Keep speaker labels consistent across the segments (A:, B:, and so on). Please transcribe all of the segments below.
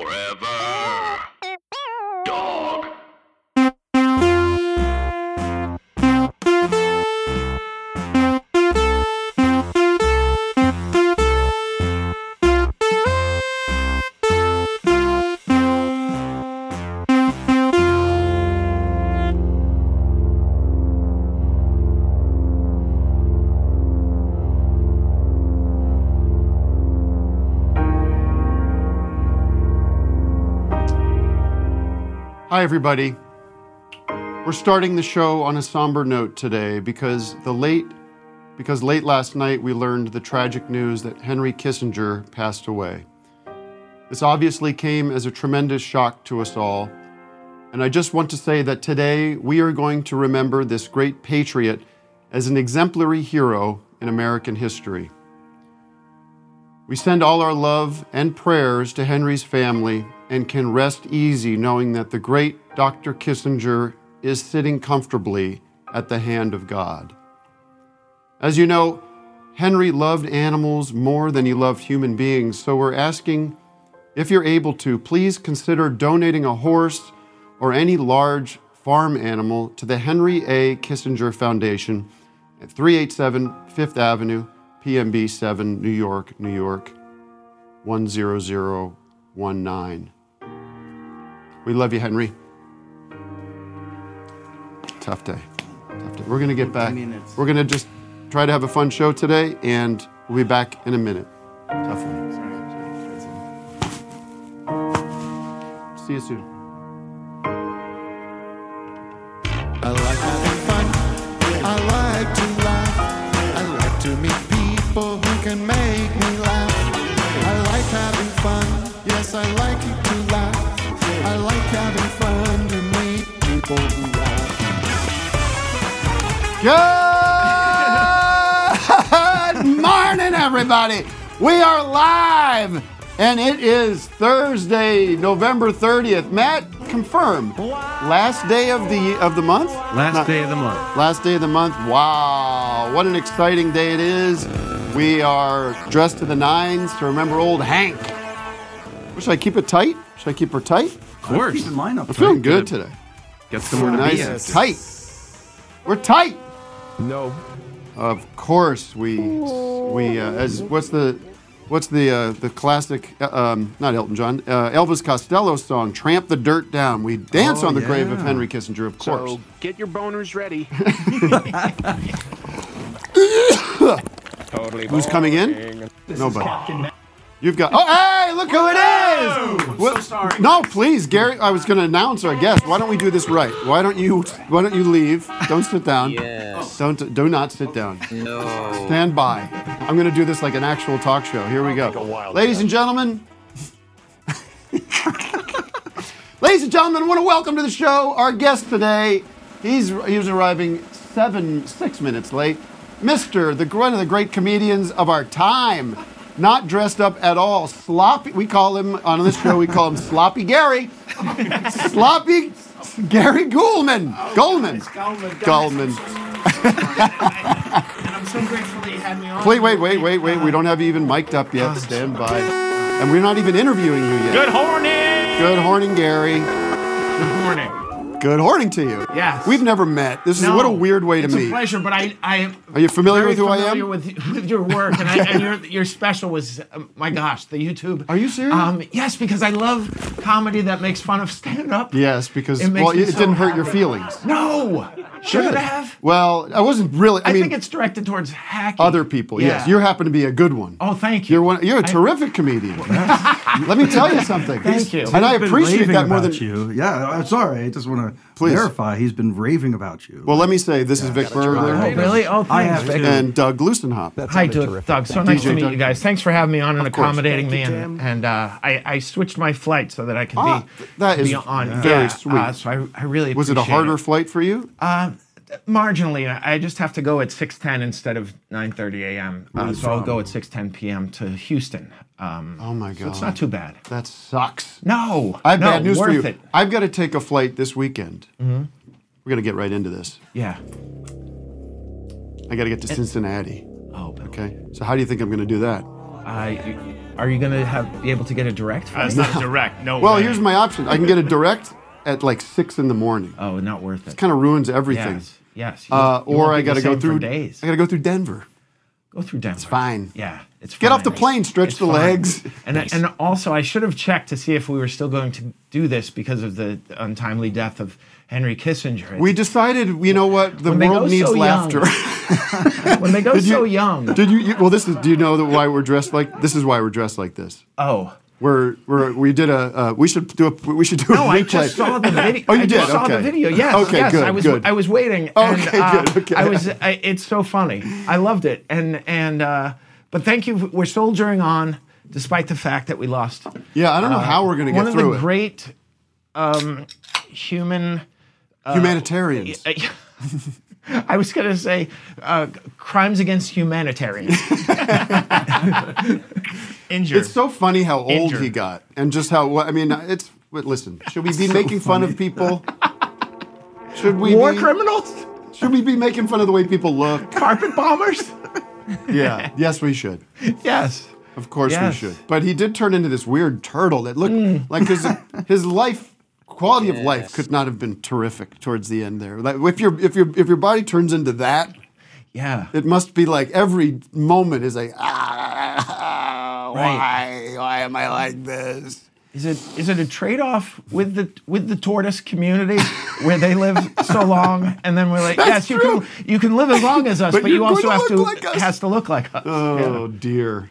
A: Forever. Dog.
B: Hi, everybody. We're starting the show on a somber note today because the late because late last night we learned the tragic news that Henry Kissinger passed away. This obviously came as a tremendous shock to us all, and I just want to say that today we are going to remember this great patriot as an exemplary hero in American history. We send all our love and prayers to Henry's family and can rest easy knowing that the great Dr. Kissinger is sitting comfortably at the hand of God. As you know, Henry loved animals more than he loved human beings, so we're asking if you're able to, please consider donating a horse or any large farm animal to the Henry A. Kissinger Foundation at 387 Fifth Avenue, PMB 7, New York, New York 10019. We love you, Henry. Tough day. Tough day. We're going to get back.
C: minutes.
B: We're going to just try to have a fun show today, and we'll be back in a minute. Tough one. See you soon.
D: I like having fun. I like to laugh. I like to meet people who can make me laugh. I like having fun. Yes, I like it to laugh. I like having fun to meet people who laugh.
B: Good morning, everybody. We are live, and it is Thursday, November 30th. Matt, confirm. Last day of the of the month.
C: Last
B: Not-
C: day of the month.
B: Last day of the month. Wow, what an exciting day it is. We are dressed to the nines to remember old Hank. Should I keep it tight? Should I keep her tight?
C: Of course.
E: Keep in line up.
B: I'm feeling good today.
C: Got somewhere to
B: Nice
C: be
B: and
C: at.
B: tight. We're tight.
D: No.
B: Of course, we we uh, as what's the what's the uh, the classic uh, um, not Elton John uh, Elvis Costello song "Tramp the Dirt Down." We dance
C: Oh,
B: on the grave of
C: yeah.
B: Henry Kissinger, of course.
A: So get your boners ready. totally.
B: Who's coming in? Nobody. You've got. Oh, hey! Look who it is! Well,
E: sorry.
B: No, please, Gary. I was going to announce our guest. Why don't we do this right? Why don't you? Why don't you leave? Don't sit down.
F: Yes.
B: Don't. Do not sit down.
F: No.
B: Stand by. I'm going to do this like an actual talk show. Here we go. Ladies and gentlemen. Ladies and gentlemen, I want to welcome to the show our guest today. He's he's arriving seven six minutes late. Mister, the one of the great comedians of our time, not dressed up at all, sloppy. We call him on this show. We call him Sloppy Gary, Sloppy Gary Goldman, Goldman,
E: Goldman.
B: Goldman.
E: And I'm so grateful that you had me on.
B: Wait, wait, wait, wait, wait. We don't have you even mic'd up yet. Stand by. And we're not even interviewing you yet.
E: Good horning.
B: Good morning, Gary.
E: Good morning.
B: Good morning to you.
E: Yes.
B: We've never met. This is
E: No,
B: what a weird way to
E: it's
B: meet.
E: a pleasure, but I, I am.
B: Are you familiar
E: very
B: with who I am?
E: familiar With, with your work, and, I, and your, your special was, um, my gosh, the YouTube.
B: Are you serious?
E: Um, yes, because I love comedy that makes fun of stand up.
B: Yes, because
E: It makes
B: well,
E: me
B: it
E: so
B: didn't hurt your
E: happy.
B: feelings.
E: No, should
B: Good.
E: I have?
B: Well, I wasn't really. I,
E: I,
B: mean,
E: think it's directed towards hacking
B: other people. Yes, you happen to be a good one.
E: Oh, thank you.
B: You're one. You're a terrific comedian. Let me tell you something.
E: Thank you.
B: And I
G: He's been
B: appreciate
G: raving
B: that more
G: about
B: than.
G: you. Yeah, I'm sorry. I just want to
B: Please.
G: verify he's been raving about you.
B: Well, let me say this is Vic
E: Oh,
B: Berger
E: really? Oh, thanks.
G: I have too.
B: and Doug Lusenhop.
E: Hi, Doug. Doug. So nice
B: DJ
E: to meet
B: Doug.
E: you guys. Thanks for having me on and
B: course.
E: accommodating me. And, and uh, I, I switched my flight so that I can
B: Ah,
E: be,
B: that is
E: be on.
B: very
E: Yeah,
B: sweet.
E: uh, so I, I really
B: Was it a
E: appreciate Uh,
B: harder flight for you?
E: Marginally. I I just have to go at 6.10 instead of 9.30 a.m. Uh, so I'll go at 6.10 p.m. to Houston. Um,
B: oh my god.
E: It's not too bad.
B: That sucks.
E: No.
B: I have
E: no,
B: bad news
E: worth
B: for you.
E: It. Mm-hmm.
B: I've got to take a flight this weekend. We're gonna get right into this.
E: Yeah.
B: I got to get to Cincinnati.
E: Oh,
B: Okay. So how do you think I'm gonna do that?
E: Uh, you, Are you gonna have be able to get a direct? From
C: That's
E: me?
C: not direct. No.
B: Well,
C: way.
B: here's my option. I can get a direct at like six in the morning.
E: oh, not worth it.
B: Kind of ruins everything.
E: Yes, yes. You
B: Uh,
E: won't- you
B: or
E: won't be
B: I
E: the
B: got to
E: same
B: go
E: for
B: through.
E: days.
B: I got to go through Denver.
E: Go through Denver. It's
B: fine.
E: Yeah, it's
B: Get
E: fine.
B: off the plane, stretch
E: It's
B: the legs.
E: And and also, I should have checked to see if we were still going to do this because of the untimely death of Henry Kissinger.
B: We decided. You know what? The
E: When they
B: world
E: go
B: needs
E: so young.
B: laughter.
E: when they go
B: Did you-
E: so young.
B: Did you, you? Well, this is. Do you know that why we're dressed like? This is why we're dressed like this.
E: oh.
B: We're, we're we did a. Uh, we should do a. We should do
E: No,
B: a replay.
E: I just saw the video.
B: Oh, you
E: I
B: did?
E: just saw
B: Okay.
E: the video. Yes.
B: Okay,
E: yes.
B: good,
E: I was
B: good.
E: I was waiting.
B: Okay,
E: and, uh,
B: good, okay.
E: I was. I, it's so funny. I loved it. And and uh, but thank you. We're soldiering on despite the fact that we lost.
B: yeah, I don't know how we're gonna
E: One
B: get
E: of
B: through
E: the
B: it.
E: great um, human. uh,
B: Humanitarians.
E: I was gonna say uh, crimes against humanitarians.
C: injured.
B: It's so funny how old
C: Injured.
B: he got, and just how. what- I mean, it's. Wait, listen, should we be making fun of people? Should we
E: War
B: be,
E: criminals,
B: Should we be making fun of the way people look?
E: carpet bombers.
B: Yeah. yes, we should.
E: Yes.
B: Of course
E: Yes.
B: we should. But he did turn into this weird turtle that looked like his his life quality of life could not have been terrific towards the end there. Like if your if your if your body turns into that,
E: Yeah.
B: it must be like every moment is like ah why why am I like this?
E: Is it is it a trade off with the with the tortoise community where they live so long and then we're like yes
B: That's
E: you
B: true.
E: can you can live as long as us
B: But
E: but, you
B: you're
E: also
B: gonna
E: have to
B: look like us."
E: has to look like us.
B: Oh dear.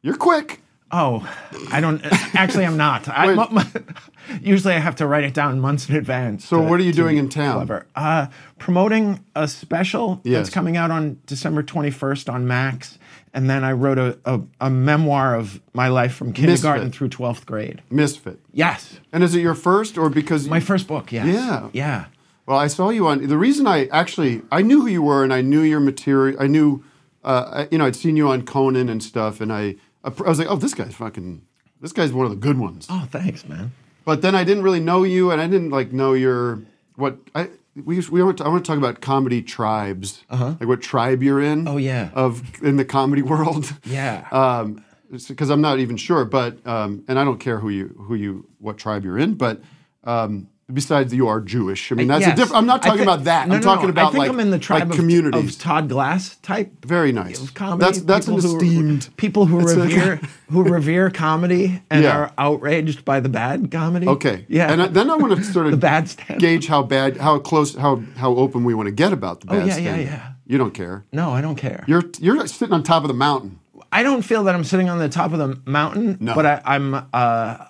B: You're quick.
E: Oh, I don't actually I'm not. I,
B: Wait.
E: mu- mu- usually I have to write it down months in advance.
B: So
E: to-
B: what are you
E: to
B: doing
E: be
B: in town?
E: Clever. Uh, promoting a special
B: Yes.
E: that's coming out on December 21st on Max and then I wrote a, a, a memoir of my life from kindergarten
B: Misfit.
E: through 12th grade.
B: Misfit.
E: Yes.
B: And is it your first or because
E: My first book, yes.
B: Yeah.
E: Yeah.
B: Well, I saw you on. The reason I actually I knew who you were, and I knew your material. I knew, uh, I, you know, I'd seen you on Conan and stuff, and I I was like, oh, this guy's fucking. This guy's one of the good ones.
E: Oh, thanks, man.
B: But then I didn't really know you, and I didn't like know your what I. We, we want to, I want to talk about comedy tribes, uh-huh. like what tribe you're in.
E: Oh, yeah.
B: of in the comedy world.
E: Yeah.
B: Um, because I'm not even sure, but um, and I don't care who you who you what tribe you're in, but um, besides you are Jewish. I mean, that's a
E: Yes.
B: different. I'm not
E: I
B: talking
E: thi-
B: about that.
E: No,
B: I'm
E: no, no.
B: talking about
E: I think
B: like
E: I'm in the tribe
B: like
E: of,
B: communities.
E: of Todd Glass type.
B: Very nice.
E: Of comedy.
B: That's that's an
E: people who-
B: esteemed.
E: people who
B: It's a-
E: revere who revere comedy and
B: Yeah.
E: are outraged by the bad comedy.
B: Okay.
E: Yeah.
B: And I, then I want to sort of
E: The bad stand-up.
B: gauge how bad, how close, how how open we want to get about the bad
E: Oh, yeah, yeah,
B: stand-up.
E: yeah.
B: You don't care.
E: no, I don't care.
B: You're you're sitting on top of the mountain.
E: I don't feel that I'm sitting on the top of the mountain.
B: No.
E: But I, I'm. Uh,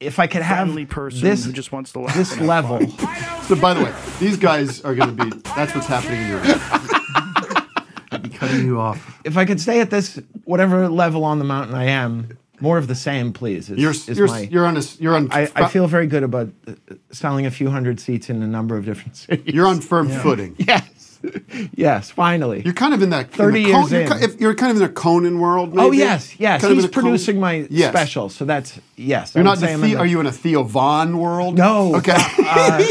E: if I could have
C: Friendly person
E: this,
C: who just wants to laugh
E: this
C: and have
E: level.
B: So by the way, these guys are going to be. That's what's happening in your. Life.
G: Cutting you off.
E: if I could stay at this whatever level on the mountain I am, more of the same, please. Is,
B: You're
E: is
B: you're
E: my,
B: you're on a s- you're on.
E: I, I feel very good about uh, selling a few hundred seats in a number of different cities.
B: you're on firm footing.
E: Yes, yes, finally.
B: You're kind of in that. in
E: 30
B: the
E: years
B: you're, ki-
E: in.
B: if you're kind of in a Conan world. Maybe.
E: oh yes, yes.
B: Kind of
E: He's
B: in a Con-
E: producing my
B: Yes.
E: special, so that's yes.
B: You're
E: I would
B: not. The
E: say I'm in
B: the,
E: the-
B: are you in a Theo Vaughn world?
E: No.
B: Okay.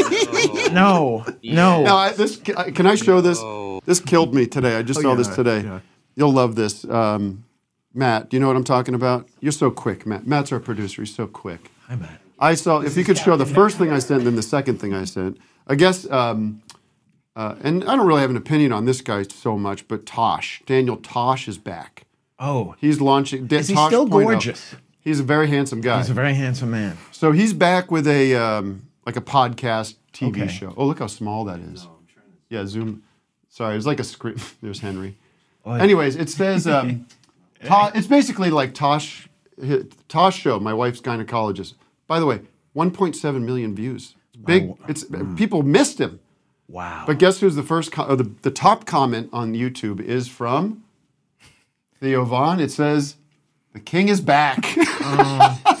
E: No, no.
B: Now, I, this I- can I show this? This killed me today. I
E: Oh,
B: just saw this
G: yeah,
B: today.
G: yeah.
B: You'll love this, um, Matt. Do you know what I'm talking about? You're so quick, Matt. Matt's our producer. He's so quick.
E: Hi, Matt.
B: I saw if you could show the first thing I sent, then the second thing I sent. I guess, um, uh, and I don't really have an opinion on this guy so much, but Tosh Daniel Tosh is back.
E: Oh,
B: He's launching. Da-
E: Is he
B: Tosh
E: still
B: 2.0.
E: gorgeous?
B: He's a very handsome guy.
E: he's a very handsome man.
B: so he's back with a um, like a podcast TV
E: Okay.
B: show. Oh, look how small that is. Yeah, zoom. Sorry, it was like a script. There's Henry.
E: yeah.
B: Anyways, it says um, to- it's basically like Tosh hi- Tosh show. My wife's gynecologist. By the way, 1.7 million views. It's big. It's people missed him.
E: Wow.
B: But guess who's the first? Co- or the the top comment on YouTube is from Theo Vaughn. It says, "The king is back."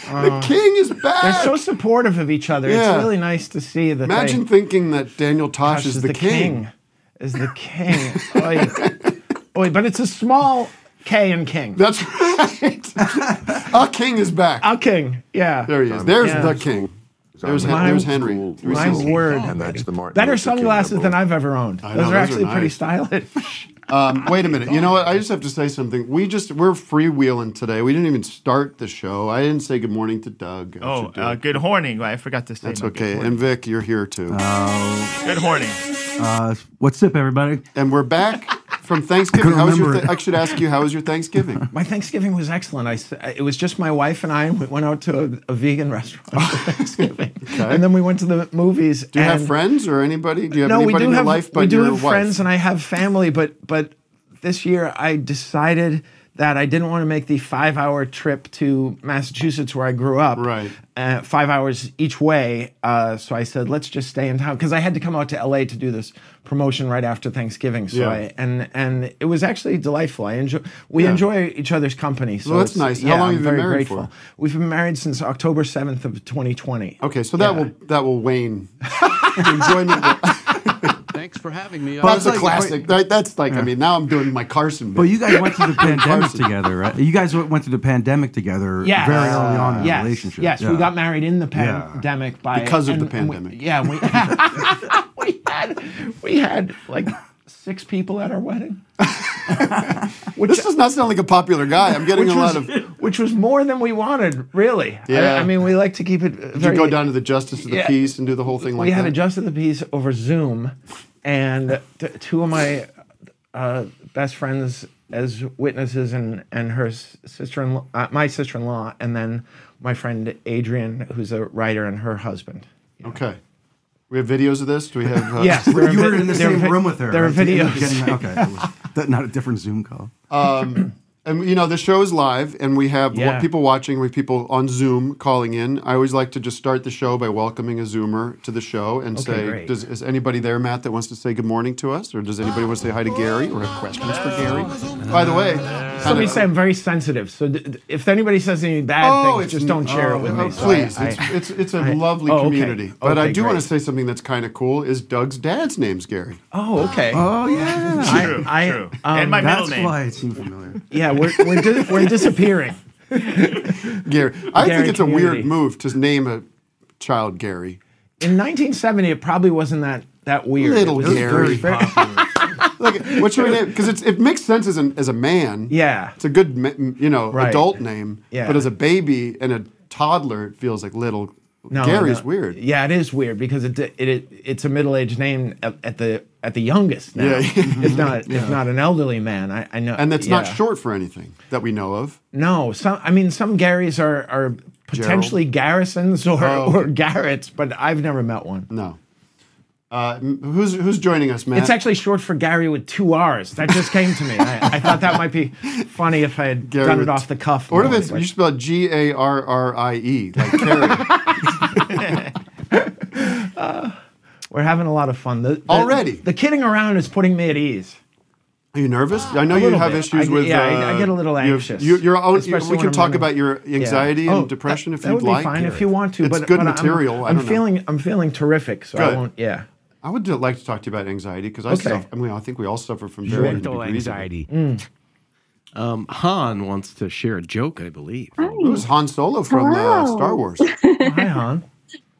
B: the king is back.
E: they're so supportive of each other.
B: Yeah.
E: It's really nice to see that.
B: Imagine
E: they,
B: thinking that Daniel Tosh,
E: Gosh,
B: is, the, king.
E: Is the king. Oi. Oi, but it's a small K in king.
B: That's right. Our king is back.
E: Our king. Yeah.
B: there he is. There's
E: Yeah.
B: the king. There's, Hen-
E: My-
B: there's Henry.
C: Cool.
B: We
E: My
B: see-
E: word.
C: And that's the Martin
E: Better
C: Luther King
E: sunglasses than
C: Rebel.
E: I've ever owned.
B: I
E: Those
B: know,
E: are
B: those are
E: actually pretty
B: nice.
E: stylish.
B: Um, wait a minute. You know what? I just have to say something. We just we're freewheeling today. We didn't even start the show. I didn't say good morning to Doug. I
F: Oh,
B: should do
F: uh,
B: it.
F: good horning. I forgot to say.
B: that's
F: my good
B: okay.
F: horning.
B: And Vic, you're here too.
F: Good horning.
G: Uh, what's up, everybody?
B: and we're back from Thanksgiving. How was your?
G: remember
B: Th- I
G: it.
B: should ask you. How was your Thanksgiving?
E: My Thanksgiving was excellent. I, s- it was just my wife and I. and We went out to a, a vegan restaurant for Thanksgiving, and then we went to the movies.
B: Do you have friends or anybody? Do you have
E: no, we
B: anybody
E: do
B: in your
E: have
B: life but
E: we do
B: your
E: have
B: wife?
E: friends, and I have family. But but this year I decided that I didn't want to make the five-hour trip to Massachusetts, where I grew up,
B: Right.
E: Uh, five hours each way. Uh, so I said, let's just stay in town because I had to come out to LA to do this promotion right after Thanksgiving. So
B: Yeah.
E: I and and it was actually delightful. I enjoy we
B: Yeah.
E: enjoy each other's company. So
B: Well, that's
E: it's-
B: nice. How
E: Yeah,
B: long
E: I'm
B: have you been
E: very
B: married for?
E: grateful. We've been married since October seventh of 2020.
B: Okay, so that will that will wane. The enjoyment. Will,
H: Thanks for having me.
B: that's a
G: like-
B: classic. That, that's like I mean now I'm doing my Carson.
G: But
B: bit.
G: you guys went through the pandemic
B: Carson.
G: together, right? You guys w- went through the pandemic together
E: Yes.
G: very early on in the
E: yes.
G: relationship.
E: Yes,
G: Yeah.
E: we got married in the
G: Yeah.
E: pandemic by
B: Because of the
E: and we-
B: pandemic.
E: yeah, we, we had we had like six people at our wedding, which
B: this does not sound like a popular guy. I'm getting
E: which
B: a lot
E: was,
B: of. Did
E: which was more than we wanted, really. I-
B: Yeah.
E: I, mean, we like to keep it. uh,
B: you
E: Very,
B: go down to the justice of the
E: Yeah.
B: peace and do the whole thing like
E: we had
B: that?
E: adjusted the piece over Zoom, and t- two of my uh, best friends as witnesses, and and her sister in law, uh, my sister in law, and then my friend Adrian, who's a writer, and her husband.
B: Okay. We have videos of this. Do we have? Uh,
E: Yes, there are
G: You were
E: vi-
G: in the
E: there are
G: same
E: vi-
G: room with her.
E: There are
G: right? You were
E: videos.
G: getting- okay, it was- that- not a different Zoom call.
B: And you know the show is live, and we have wa-
E: Yeah.
B: people watching. We have people on Zoom calling in. I always like to just start the show by welcoming a Zoomer to the show and say,
E: great.
B: does, "Is anybody there, Matt, that wants to say good morning to us, or does anybody want to say hi to Gary or have questions for Gary?"
E: Oh.
B: By the way,
E: Somebody said I'm very sensitive, so d- d- if anybody says any bad things, just don't share it with
B: oh,
E: me. So I-
B: Please,
E: I-
B: it's, it's it's a lovely
E: oh, okay.
B: community. But I
E: Okay,
B: do want to
E: great.
B: say something that's kind of cool. Is Doug's dad's name's Gary?
E: oh, okay.
B: uh,
G: Oh yeah,
E: I-
F: True,
E: I-
F: true.
E: um,
F: and my middle
G: that's
F: name.
G: why it seemed familiar.
E: Yeah, we're we're, di- we're disappearing.
B: Gary. I think
E: Gary
B: it's a weird
E: community.
B: move to name a child Gary.
E: In 1970, it probably wasn't that that weird.
B: Little
E: it was
B: Gary.
E: very popular.
B: Like, what's your name? Because it makes sense as an as a man.
E: yeah.
B: It's a good, ma- m- you know,
E: Right.
B: adult name.
E: Yeah.
B: But as a baby and a toddler, it feels like little.
E: No,
B: Gary's
E: no.
B: weird.
E: Yeah, it is weird because it it, it it's a middle aged name at, at the at the youngest now.
B: Yeah.
E: if not if not an elderly man, I, I know.
B: And that's not
E: yeah.
B: short for anything that we know of.
E: No, some I mean some Garys are are potentially Garrisons or
B: Oh.
E: or Garrett's, but I've never met one.
B: No. Uh, m- who's who's joining us, man?
E: It's actually short for Gary with two R's. That just came to me. I, I thought that might be funny if I had
B: Gary
E: done
B: with-
E: it off the cuff.
B: Or if
E: more,
B: it's
E: but-
B: you spell G A R R I E like Carrie.
E: we're having a lot of fun. The, the-
B: Already?
E: the kidding around is putting me at ease.
B: Are you nervous? I know
E: A
B: you
E: little
B: have
E: bit. I
B: issues
E: get-
B: with.
E: yeah, I- I
B: uh,
E: get a little
B: you have-
E: anxious,
B: You, your own. you-
E: especially
B: we
E: when
B: can
E: I'm
B: talk
E: running.
B: about your anxiety
E: Yeah. Oh,
B: and depression
E: that,
B: if
E: that
B: you'd
E: would
B: like.
E: Be fine if you want to.
B: It's
E: but,
B: good
E: but
B: material. I
E: I'm,
B: don't
E: I'm
B: know.
E: feeling I'm feeling terrific, so I
B: Good.
E: won't. Yeah.
B: I would like to talk to you about anxiety because I
E: Okay.
B: suffer, I mean, I think we all suffer from varying
H: Parental
B: degrees of it.
H: anxiety. Um, Han wants to share a joke, I believe.
B: It was Han Solo from uh,
I: Hello.
B: Star Wars.
E: Hi, Han.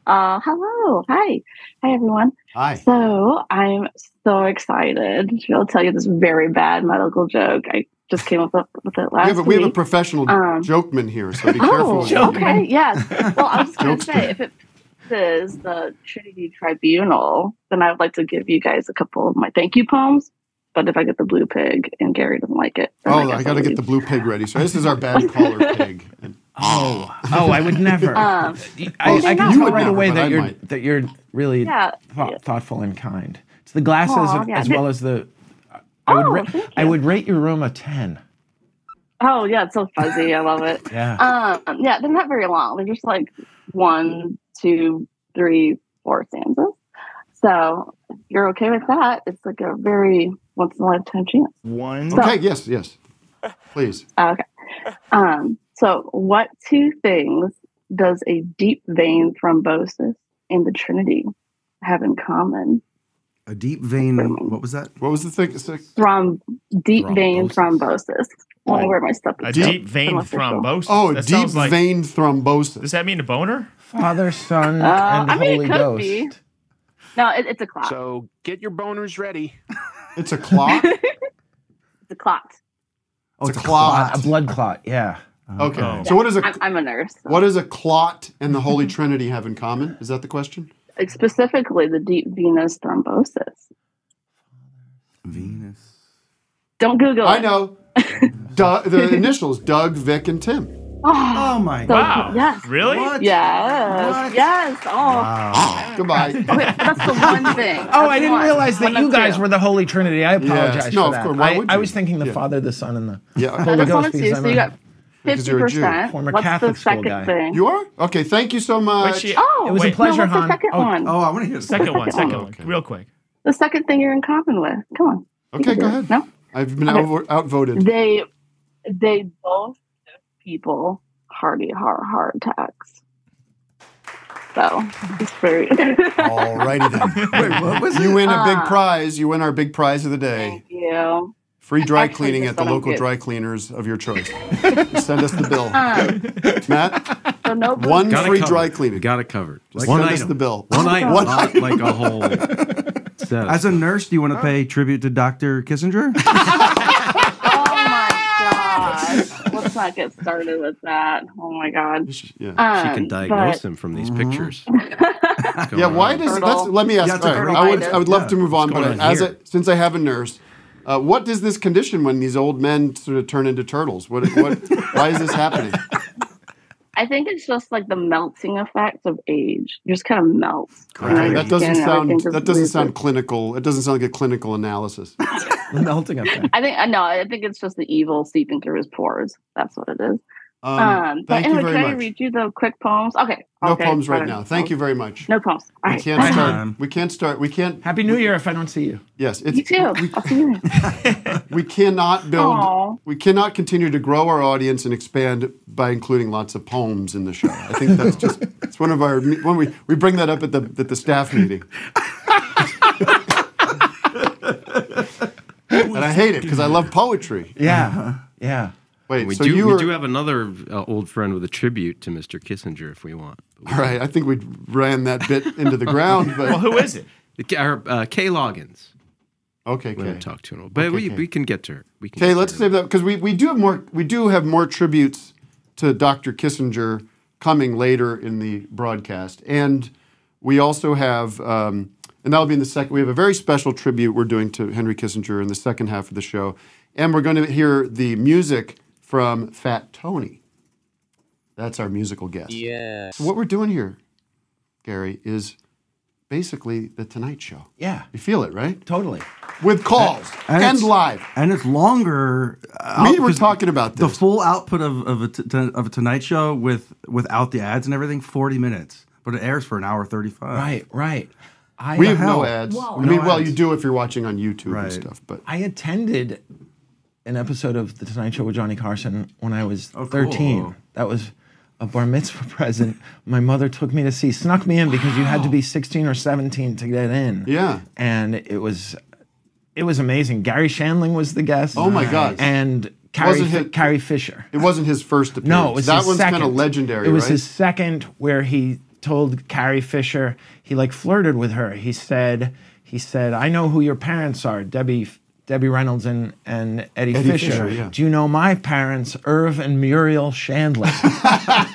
I: Uh, hello. Hi. Hi, everyone.
B: Hi.
I: So I'm so excited. I'll tell you this very bad medical joke. I just came up with it
B: We
I: last
B: have, a, we have a
I: week.
B: professional
I: Um,
B: jokeman here, so be
I: oh,
B: careful.
I: okay. Yes. Well, I was just going to
B: Jokester.
I: say if it is the Trinity Tribunal, then I would like to give you guys a couple of my thank you poems. But if I get the blue pig and Gary doesn't like it, then
B: Oh, I
I: guess
B: got to
I: I'll
B: get the
I: leave.
B: blue pig ready. So this is our bad caller pig. And-
E: Oh, oh, I would never.
I: Um,
E: I,
B: well,
E: I can
B: you
E: tell
B: would
E: right
B: never,
E: away
B: but I
E: that you're
B: might.
E: that you're really
I: Yeah.
E: thou- thoughtful and kind. It's the glasses
I: Aw,
E: of-
I: yeah.
E: as well as the. I would
I: Oh,
E: ra-
I: thank
E: I
I: you.
E: would rate your room a ten.
I: oh, yeah. It's so fuzzy. I love it.
E: Yeah.
I: Um, yeah, they're not very long. They're just like one, two, three, four stanzas. So if you're okay with that, it's like a very once in a lifetime chance.
F: One.
B: Okay, yes, yes. Please.
I: Okay. Um, so what two things does a deep vein thrombosis and the Trinity have in common?
G: A deep vein. What was that?
B: What was the thing? it's like-
I: Throm deep vein
H: Thrombosis.
I: thrombosis. want to wear my stuff.
F: A deep vein thrombosis.
B: Oh,
F: That
B: deep
F: sounds like-
B: vein thrombosis.
F: Does that mean a boner?
E: Father, Son,
I: Uh,
E: and
I: I mean,
E: Holy
I: it could
E: Ghost.
I: be. No, it, it's a clot.
A: So get your boners ready.
B: It's a clot.
I: it's a clot.
G: Oh,
B: It's a
E: A blood clot, yeah.
B: Okay.
F: Oh.
B: So what is a
I: I'm, I'm a nurse. so-
B: what does a clot and the Holy Trinity have in common? Is that the question?
I: Like, specifically the deep venous thrombosis.
G: Venus.
I: Don't Google
B: I
I: it.
B: know. Doug, the initials Doug, Vic, and Tim.
I: Oh,
G: Oh my
I: So-
F: Wow.
G: god.
I: Yes.
F: Really?
G: What?
I: yes.
G: What?
I: Yes. Oh,
G: Wow.
B: Goodbye.
I: wait, that's the one thing.
E: Oh, I didn't realize that you guys were the Holy Trinity. I apologize
B: No,
E: for
B: of
E: that.
B: course. Why
E: I,
B: would
E: I
B: you?
E: was thinking the
B: Yeah.
E: Father, the Son, and the
B: Yeah.
I: I
E: Holy
I: just
E: Ghost
I: wanted to,
E: because
I: so
E: I'm
I: you
E: a-
I: got
B: because
I: fifty
B: you're a Jew.
I: percent.
E: Former
I: What's
E: Catholic
I: the
E: school
I: second
E: guy.
I: thing?
B: You are okay. Thank you so much.
F: Wait, she-
I: oh,
E: It was a
F: wait,
E: pleasure,
I: no, what's
E: hon.
I: the second
E: Oh,
I: one?
G: Oh, I want to hear the
F: Second one, second
B: Oh,
F: one,
B: okay.
F: real quick.
I: The second thing you're in common with. Come on. you
B: okay,
I: can
B: go
I: do it.
B: ahead.
I: No,
B: I've been
I: Okay.
B: outvo- outvoted.
I: they they both give people hardy heart heart attacks. So it's very.
B: All righty then.
G: Wait, what was
B: You
G: it?
B: win a big
I: Ah.
B: prize. You win our big prize of the day.
I: Thank you.
B: Free dry
I: Actually,
B: cleaning
I: this
B: at the
I: one I'm
B: local
I: good.
B: dry cleaners of your choice. Send us the bill.
I: Um,
B: Matt,
I: so no
B: one
H: Got it
B: free
H: covered.
B: dry cleaning.
H: Got it covered. Like
B: Send
H: one
B: us
H: item.
B: the bill.
H: One item,
B: One
H: not
B: item.
H: like a whole set.
G: As a nurse, do you want to pay tribute to Dr. Kissinger?
I: Oh my gosh! Let's not get started with that. Oh my god.
B: Yeah.
I: Um,
H: she can diagnose
I: but-
H: him from these
G: Mhm.
H: pictures. What's going
B: Yeah, why
H: on?
B: does
I: Hurdle.
B: that's, let me ask?
G: Yeah, it's a
B: all right,
G: hurdle.
B: I would
I: Right.
B: I would love
G: Yeah.
B: to move on,
H: What's
B: but
H: going on
B: as a,
H: here?
B: since I have a nurse, uh, what does this condition when these old men sort of turn into turtles? What what? why is this happening?
I: I think it's just like the melting effect of age. You just kind of melt. And then
G: Right.
I: your
B: That doesn't
I: skin and
B: sound
I: everything just
B: that doesn't
I: loses-
B: sound clinical. It doesn't sound like a clinical analysis. Um,
E: the melting effect.
I: I think uh, no. I think it's just the evil seeping through his pores. That's what it is.
B: Um,
I: Um, but
B: thank you
I: anyway,
B: very
I: can I
B: much.
I: read you the quick poems? Okay.
B: no
I: okay,
B: poems right
I: fine.
B: now. Thank you very much.
I: No poems. All
B: we
I: right.
B: can't
G: Bye.
B: start.
G: Um,
B: We can't start. We can't.
E: Happy New Year if I don't see you.
B: Yes,
I: You
B: it's
I: too.
B: we,
I: I'll see you.
B: we cannot build.
I: Aw.
B: We cannot continue to grow our audience and expand by including lots of poems in the show. I think that's just it's one of our when we we bring that up at the at the staff meeting. and I hate it because I love poetry.
E: Yeah. Yeah.
B: Wait,
H: We
B: so
H: do.
B: you
H: we
B: were
H: do have another uh, old friend with a tribute to Mr. Kissinger, if we want.
B: all right. I think we ran that bit into the ground,
F: Well,
B: but
F: who is it?
H: Our, uh, Kay Loggins.
B: okay,
H: We're
B: okay.
H: gonna talk to her, but we,
B: Kay.
H: we can get to her. We can
B: Okay,
H: get to
B: let's
H: her.
B: save that because we, we do have more we do have more tributes to Dr. Kissinger coming later in the broadcast, and we also have um, and that'll be in the second. We have a very special tribute we're doing to Henry Kissinger in the second half of the show, and we're going to hear the music from Fat Tony. That's our musical guest.
C: Yes.
B: So what we're doing here, Gary, is basically the Tonight Show.
E: Yeah.
B: You feel it, right?
E: Totally.
B: With calls
G: And
B: and,
G: it's-
B: live.
G: and it's longer. uh,
B: Me,
G: out-
B: we're
G: 'cause
B: talking about
G: The
B: this.
G: full output of, of, a t- t- of a Tonight Show with without the ads and everything, 40 minutes. But it airs for an hour 35.
E: Right, right. I uh,
B: We have
G: hell?
B: no ads. I
G: No
B: mean, well,
G: ads.
B: you do if you're watching on YouTube
G: Right.
B: and stuff, but
E: I attended an episode of The Tonight Show with Johnny Carson when I was
G: Oh,
E: 13.
G: cool.
E: That was a bar mitzvah present my mother took me to see. Snuck me in because you had to be 16 or 17 to get in.
B: yeah.
E: And it was it was amazing. Gary Shandling was the guest.
B: Oh my God.
E: And Carrie,
B: Wasn't
E: Fi-
B: it-
E: Carrie Fisher.
B: It wasn't his first appearance.
E: No, it was
B: that
E: his
B: one's
E: second.
B: kind of legendary,
E: It was
B: right?
E: his second where he told Carrie Fisher he like flirted with her. He said he said I know who your parents are, Debbie Debbie Reynolds and and Eddie,
B: Eddie
E: Fisher.
B: Fisher, yeah.
E: Do you know my parents, Irv and Muriel Shandling?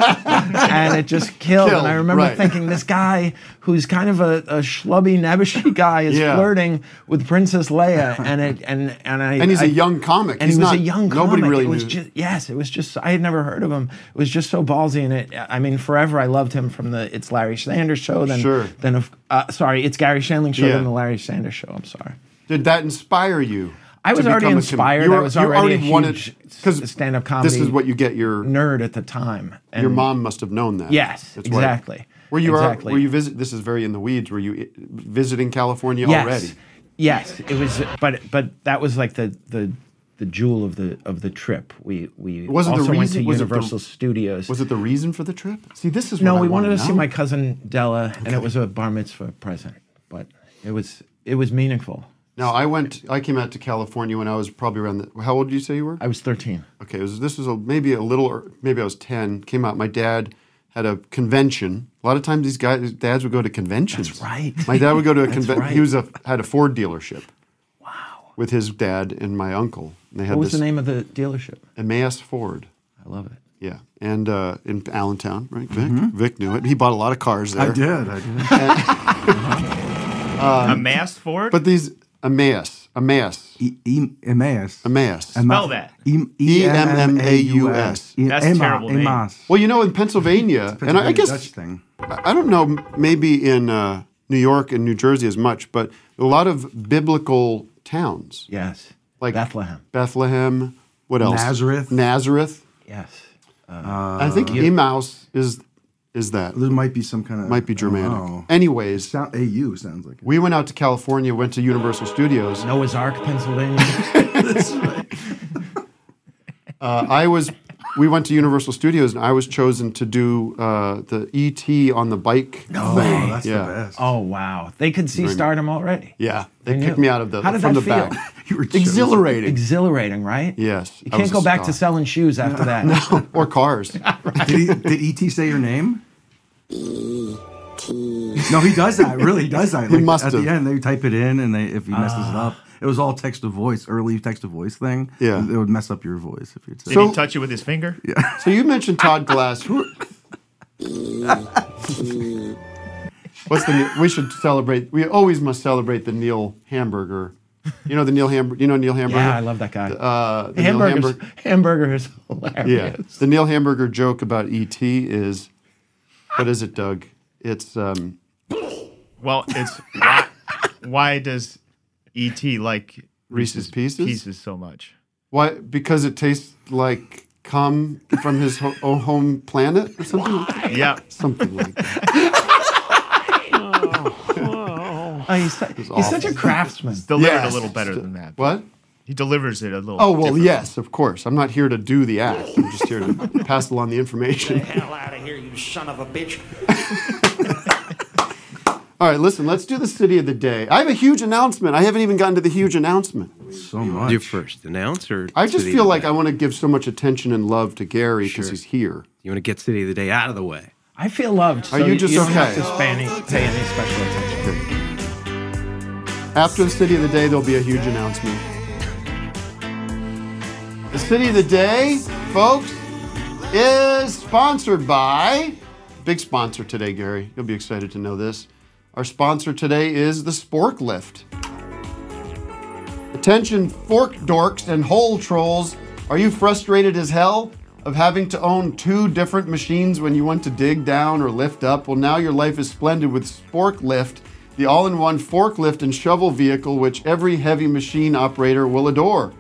E: and it just killed.
B: Killed,
E: and I remember
B: right.
E: thinking this guy who's kind of a, a schlubby nebbishy guy is
B: Yeah.
E: flirting with Princess Leia, and it and and I
B: and he's
E: a
B: a young comic.
E: and
B: he's
E: he was
B: not,
E: a young comic.
B: Nobody really
E: it was
B: knew.
E: Just, yes, it was just I had never heard of him. It was just so ballsy, and it. I mean, forever I loved him from the It's Larry Sanders show. Then,
B: Sure.
E: Then of uh, sorry, it's Gary Shandling show.
B: Yeah.
E: Then the Larry Sanders show. I'm sorry.
B: Did that inspire you?
E: I
B: to
E: was already
B: become a com-
E: inspired.
B: You were-
E: I was
B: you
E: already, a
B: wanted
E: huge
B: because
E: stand-up comedy.
B: this is what you get. Your
E: nerd at the time. And
B: your mom must have known that.
E: Yes,
B: why-
E: exactly.
B: Were you
E: Exactly.
B: were you visit? This is very in the weeds. Were you i- visiting California
E: yes,
B: already?
E: Yes, it was. But but that was like the the. The jewel of the of the trip. We we
B: Wasn't the
E: also went
B: reason-
E: to
B: was it the-
E: Universal Studios.
B: Was it the reason for the trip? See, this is
E: No,
B: what I
E: we wanted
B: wanna
E: to see
B: know.
E: my cousin Della, and it was a bar mitzvah present, but it was it was meaningful.
B: Now I went. I came out to California when I was probably around. The, how old did you say you were?
E: I was 13.
B: Okay, it was, this was a, maybe a little. ear- Maybe I was ten. Came out. My dad had a convention. A lot of times these guys, dads would go to conventions. That's
E: right.
B: My dad would go to a convention.
E: right.
B: He was a had a Ford dealership. Wow. With his dad and my uncle, and they had
E: What was
B: this
E: the name of the dealership?
B: Emmaus Ford.
E: I love it.
B: Yeah, and uh, in Allentown, right? Vic, Vic knew it. He bought a lot of cars there.
G: I did. I did.
F: a mass Ford?
B: Uh, But these Emmaus, Emmaus,
G: E- e- Emmaus.
B: Emmaus.
F: Spell that.
G: E-
B: E-M-M-A-U-S.
F: That's
G: Emma-
F: terrible name.
G: Emmaus.
B: Well, you know, in Pennsylvania, and I, I
G: Pennsylvania
B: guess
G: Dutch thing.
B: I I don't know, m- maybe in uh, New York and New Jersey as much, but a lot of biblical towns
E: Yes.
B: like
E: Bethlehem.
B: Bethlehem. What else?
G: Nazareth.
B: Nazareth.
E: Yes.
B: I think
E: Uh,
B: Emmaus is is that
G: There might be some kind of
B: might be Germanic.
G: Oh.
B: Anyways,
G: Sound, AU sounds like it.
B: we went out to California, went to Universal Studios.
E: Noah's Ark, Pennsylvania.
B: Uh, I was. We went to Universal Studios, and I was chosen to do uh, the ET on the bike.
G: Oh, that's
B: Yeah.
G: the best.
E: oh, wow. They could see stardom already.
B: Yeah, they
E: I
B: picked
E: know.
B: me out of the
E: How did
B: from
E: that
B: the
E: feel?
B: back.
G: You were
B: Exhilarating.
E: Exhilarating, right?
B: yes,
E: You
B: I
E: can't
B: was
E: go
B: a
E: back to
B: star.
E: selling shoes after that.
B: or cars.
G: did, he, did ET say your name? no, he does that. Really, he does that.
B: He must
G: at
B: have.
G: the end, they type it in, and they if he messes it up, it was all text to voice, early text to voice thing.
B: Yeah.
G: it would mess up your voice if you'd say.
F: Did
B: So-
F: he touch it with his finger?
B: So you mentioned Todd Glass. Who- What's the? We should celebrate. We always must celebrate the Neil Hamburger. You know the Neil Hamburger. You know Neil Hamburger.
E: yeah, I love that guy.
B: Uh, the Neil
E: Hamburgers,
B: Hamburger.
E: hamburger is
B: Yeah,
E: hilarious.
B: the Neil Hamburger joke about ET is, what is it, Doug? It's um,
F: Well, it's why, why does E.T. like
B: Reese's Pieces?
F: pieces so much?
B: Why? Because it tastes like cum from his ho- o- home planet or something.
F: Yeah.
B: Something like that.
E: Oh, he's su- he's such a craftsman.
F: Delivered
B: Yes.
F: a little better than that.
B: What?
F: He delivers it a little.
B: Oh well,
F: different.
B: yes, of course. I'm not here to do the act. I'm just here to pass along the information.
C: hell out of here, you son of a bitch.
B: All right, listen. Let's do the city of the day. I have a huge announcement. I haven't even gotten to the huge announcement.
G: so much.
H: You first announce or
B: I just
H: City of
B: feel
H: the
B: like
H: Day?
B: I want to give so much attention and love to Gary because
H: Sure.
B: he's here.
H: you want to get City of the Day out of the way.
E: I feel loved. so
B: you just
E: you don't have
B: okay?
E: to span any- pay any special attention.
B: After the city of the day, there'll be a huge announcement. The city of the day, folks, is sponsored by big sponsor today, Gary. You'll be excited to know this. Our sponsor today is the Spork Lift. Attention, fork dorks and hole trolls. Are you frustrated as hell of having to own two different machines when you want to dig down or lift up? Well, now your life is splendid with Sporklift, the all in one forklift and shovel vehicle which every heavy machine operator will adore.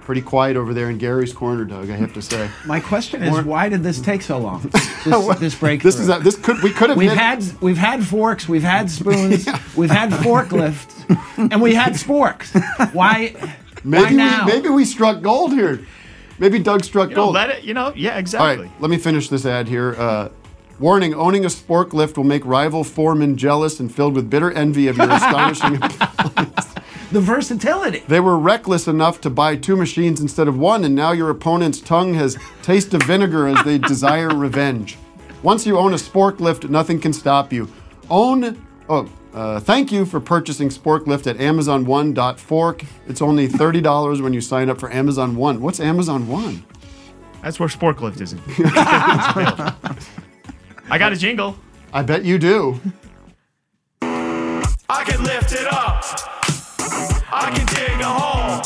B: Pretty quiet over there in Gary's corner, Doug, I have to say.
E: My question is, why did this take so long? This, this breakthrough.
B: This is a, this could we could have
E: We've
B: hit-
E: had we've had forks, we've had spoons, we've had forklifts, and we had sporks. Why? why
B: maybe
E: now?
B: we, maybe we struck gold here. Maybe Doug struck
F: You know,
B: gold.
F: let it, you know, yeah,
B: All
F: exactly.
B: right, let me finish this ad here. Uh, warning: owning a spork lift will make rival foremen jealous and filled with bitter envy of your astonishing.
E: the versatility.
B: they were reckless enough to buy two machines instead of one, and now your opponent's tongue has taste of vinegar as they desire revenge. Once you own a spork lift, nothing can stop you. Own. Oh, uh, thank you for purchasing spork lift at Amazon One.fork. It's only thirty dollars when you sign up for Amazon One. What's Amazon One?
F: That's where Sporklift is. I got a jingle.
B: I bet you do.
C: I can lift it up. I can dig a hole.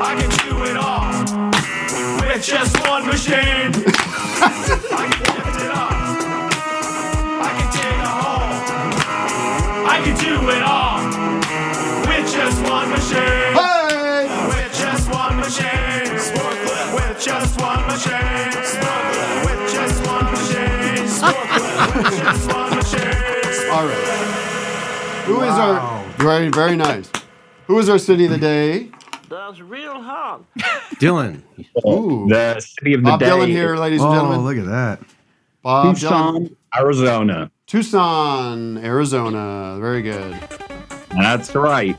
C: I can chew it off with just one machine. I can lift it up. I can dig a hole. I can do it all with just one machine.
B: Hey!
C: With just one machine. Sporklet. With just one machine. Sporklet. With just one machine. Sporklet. With just one machine.
B: All right. Who is our very very nice? Who is our city of the day?
C: That's real hard.
G: Um,
H: Dylan,
B: Ooh.
J: The city of the
B: Bob
J: day.
B: Dylan here, ladies and
G: Oh,
B: gentlemen.
G: look at that.
B: Bob Dylan,
J: Tucson, Arizona.
B: Tucson, Arizona. Very good.
J: That's right.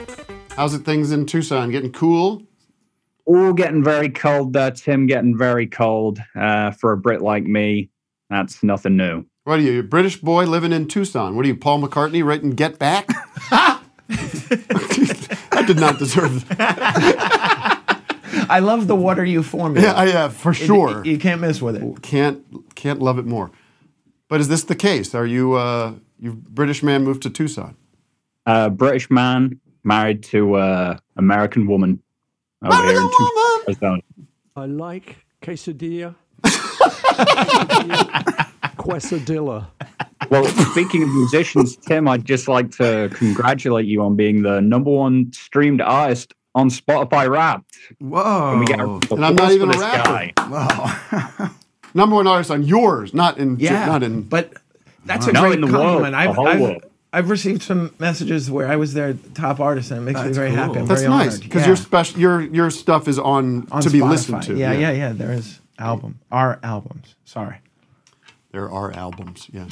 B: How's it things in Tucson? Getting cool?
J: Ooh, getting very cold there, Tim. Getting very cold uh, for a Brit like me. That's nothing new.
B: What are you, a British boy living in Tucson? What are you, Paul McCartney writing Get Back? I did not deserve that.
E: I love the what are you formula.
B: Yeah, I, yeah for
E: It-
B: sure.
E: you can't miss with it.
B: Can't can't love it more. But is this the case? Are you uh you British man moved to Tucson?
J: Uh, British man married to uh, American woman over here in Tucson, Arizona.
K: I like quesadilla. quesadilla.
J: Well, speaking of musicians, Tim, I'd just like to congratulate you on being the number one streamed artist on Spotify Wrapped.
G: Whoa.
J: Can we get a
B: Oh, And I'm not
J: applause
B: even
J: for
B: a
J: this
B: rapper.
J: guy?
G: Wow.
B: Number one artist on yours, not in
E: Yeah,
B: not in
E: but that's a
J: No,
E: great
J: in the world,
E: compliment.
J: the
E: I've,
J: whole
E: I've,
J: world.
E: I've received some messages where I was their top artist, and it makes me
G: That's
E: very
G: cool.
E: happy. I'm
B: that's
E: very
B: nice
E: honored.
B: because
E: Yeah.
B: your special your your stuff is on,
E: On
B: to be
E: Spotify.
B: listened to.
E: Yeah, yeah, yeah, There is album, our albums. Sorry.
B: There are albums. Yeah.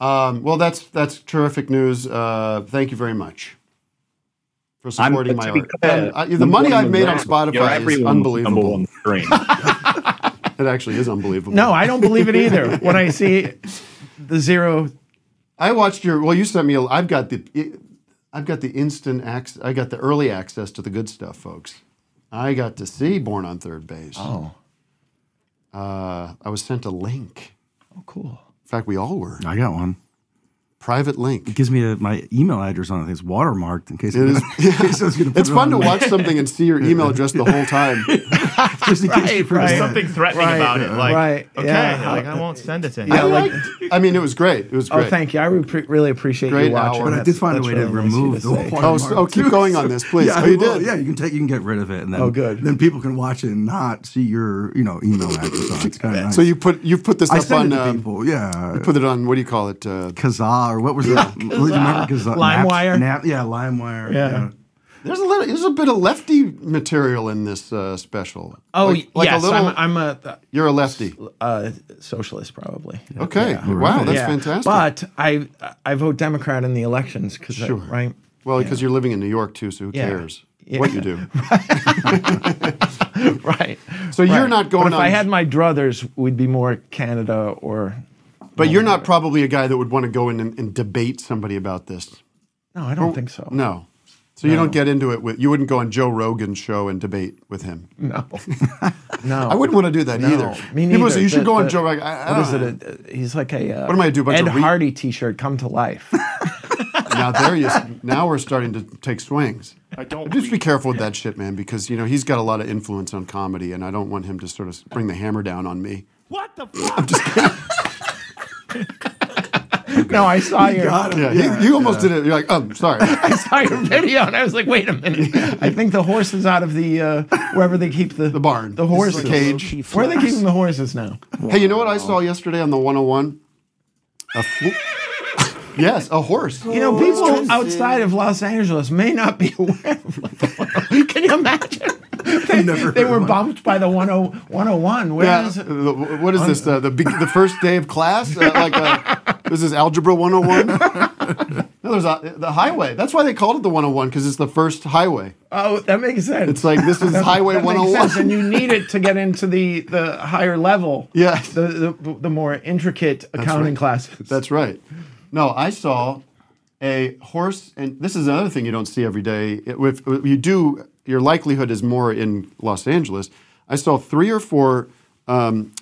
B: Um, well, that's that's terrific news. Uh, thank you very much for
J: I'm-
B: supporting
J: but
B: my
J: to be
B: art.
J: clear,
B: And, uh, the
J: number
B: money
J: one
B: I've
J: was
B: made on
J: Wrapped. You're
B: Spotify is
J: everyone's Number
B: unbelievable.
J: one stream.
B: It actually is unbelievable.
E: No, I don't believe it either. when I see the zero,
B: I watched your. Well, you sent me. A, I've got the. I've got the instant access. I got the early access to the good stuff, folks. I got to see Born on Third Base.
E: oh,
B: Uh, I was sent a link.
E: oh, cool.
B: In fact, we all were.
G: I got one.
B: Private link.
G: It gives me a, my email address on it. It's watermarked in case.
B: It is-
G: in case I was gonna put
B: It's
G: it
B: fun to
G: on my-
B: watch something and see your email address the whole time.
G: Just in case you forget.
F: There's something threatening
E: Right,
F: about it. Like,
E: right,
F: okay,
E: yeah.
F: like I won't send it to him.
E: Yeah,
B: I
E: like-
B: liked. I mean, it was great. It was
E: Oh,
B: great.
E: thank you. I re- pre- really appreciate
B: Great
E: you watching.
B: hour.
G: But I
E: That's-
G: did find a
E: that's
G: way to
E: really nice of you
G: remove
E: to
G: the
E: say.
B: Oh,
G: watermark.
B: so- oh, keep
G: too.
B: going on this, please.
G: Yeah,
B: Oh,
G: I
B: you
G: will.
B: did.
G: Yeah, you can take, you can get rid of it, and then
E: Oh, good.
G: Then people can watch it and not see your, you know, email address. on it. It's kind of nice.
B: So you put you put this
G: I
B: up on
G: send it to
B: uh,
G: people. Yeah,
B: put it on what do you call it? Uh,
G: Kazaa or what was that? Do you remember Kazaa?
E: LimeWire?
G: Nap, nap, yeah, LimeWire.
E: Yeah.
B: there's a little there's a bit of lefty material in this uh, special.
E: Oh,
B: Like- like a
E: yes.
B: little-
E: I'm, I'm a
B: You're a lefty.
E: uh, socialist, probably.
B: Okay. Wow, that's
E: Yeah.
B: fantastic.
E: But I I vote Democrat in the elections because
B: Sure.
E: right.
B: well, because you're living in New York too, so who
E: Yeah.
B: cares
E: Yeah.
B: what you do?
E: Right.
B: So you're
E: Right.
B: not going
E: But if
B: on-
E: I had my druthers, we'd be more Canada or.
B: But you're not probably a guy that would want to go in and, and debate somebody about this.
E: No, I don't think so.
B: No. So you don't get into it with you wouldn't go on Joe Rogan's show and debate with him.
E: No. no.
B: I wouldn't want to do that
E: Mm. No,
B: either.
E: me
B: People
E: neither.
B: say, you should
E: The-
B: go on
E: the-
B: Joe Rogan. I, I
E: What is
B: don't-
E: it? A- a- He's like a. Uh,
B: What am I gonna do, a bunch
E: Ed
B: of re-
E: Hardy T-shirt, come to life.
B: now there you s- now we're starting to take swings.
F: I don't.
B: Just be
F: read.
B: careful with that shit, man, because you know he's got a lot of influence on comedy, and I don't want him to sort of bring the hammer down on me.
F: What the fuck?
E: no, I saw your
G: Got it.
B: Yeah, you- you, almost did it. You're like, oh, sorry.
E: I saw your video and I was like, wait a minute. I think the horse is out of the uh, wherever they keep the
B: The barn,
E: the horses
B: the cage.
E: Where are they keeping the horses now?
B: Hey, you know what I saw yesterday on the 101? A fl- yes, a horse.
E: You know, people outside of Los Angeles may not be aware of Lebanon. Can you imagine? They,
G: never
E: they
G: heard
E: were
G: one.
E: bumped by the oh, 10 101. Where
B: Yeah,
E: is it?
B: the- what is this? Uh, the big, the first day of class? Uh, like uh this is algebra 101? No, there's a, the highway. That's why they called it the 101 because it's the first highway.
E: Oh, that makes sense.
B: It's like this is highway
E: that makes
B: 101.
E: sense, and you need it to get into the, the higher level.
B: Yeah.
E: The, the, the more intricate accounting
B: right.
E: classes.
B: That's right. No, I saw a horse, and this is another thing you don't see every day. It- If you do, your likelihood is more in Los Angeles. I saw three or four um,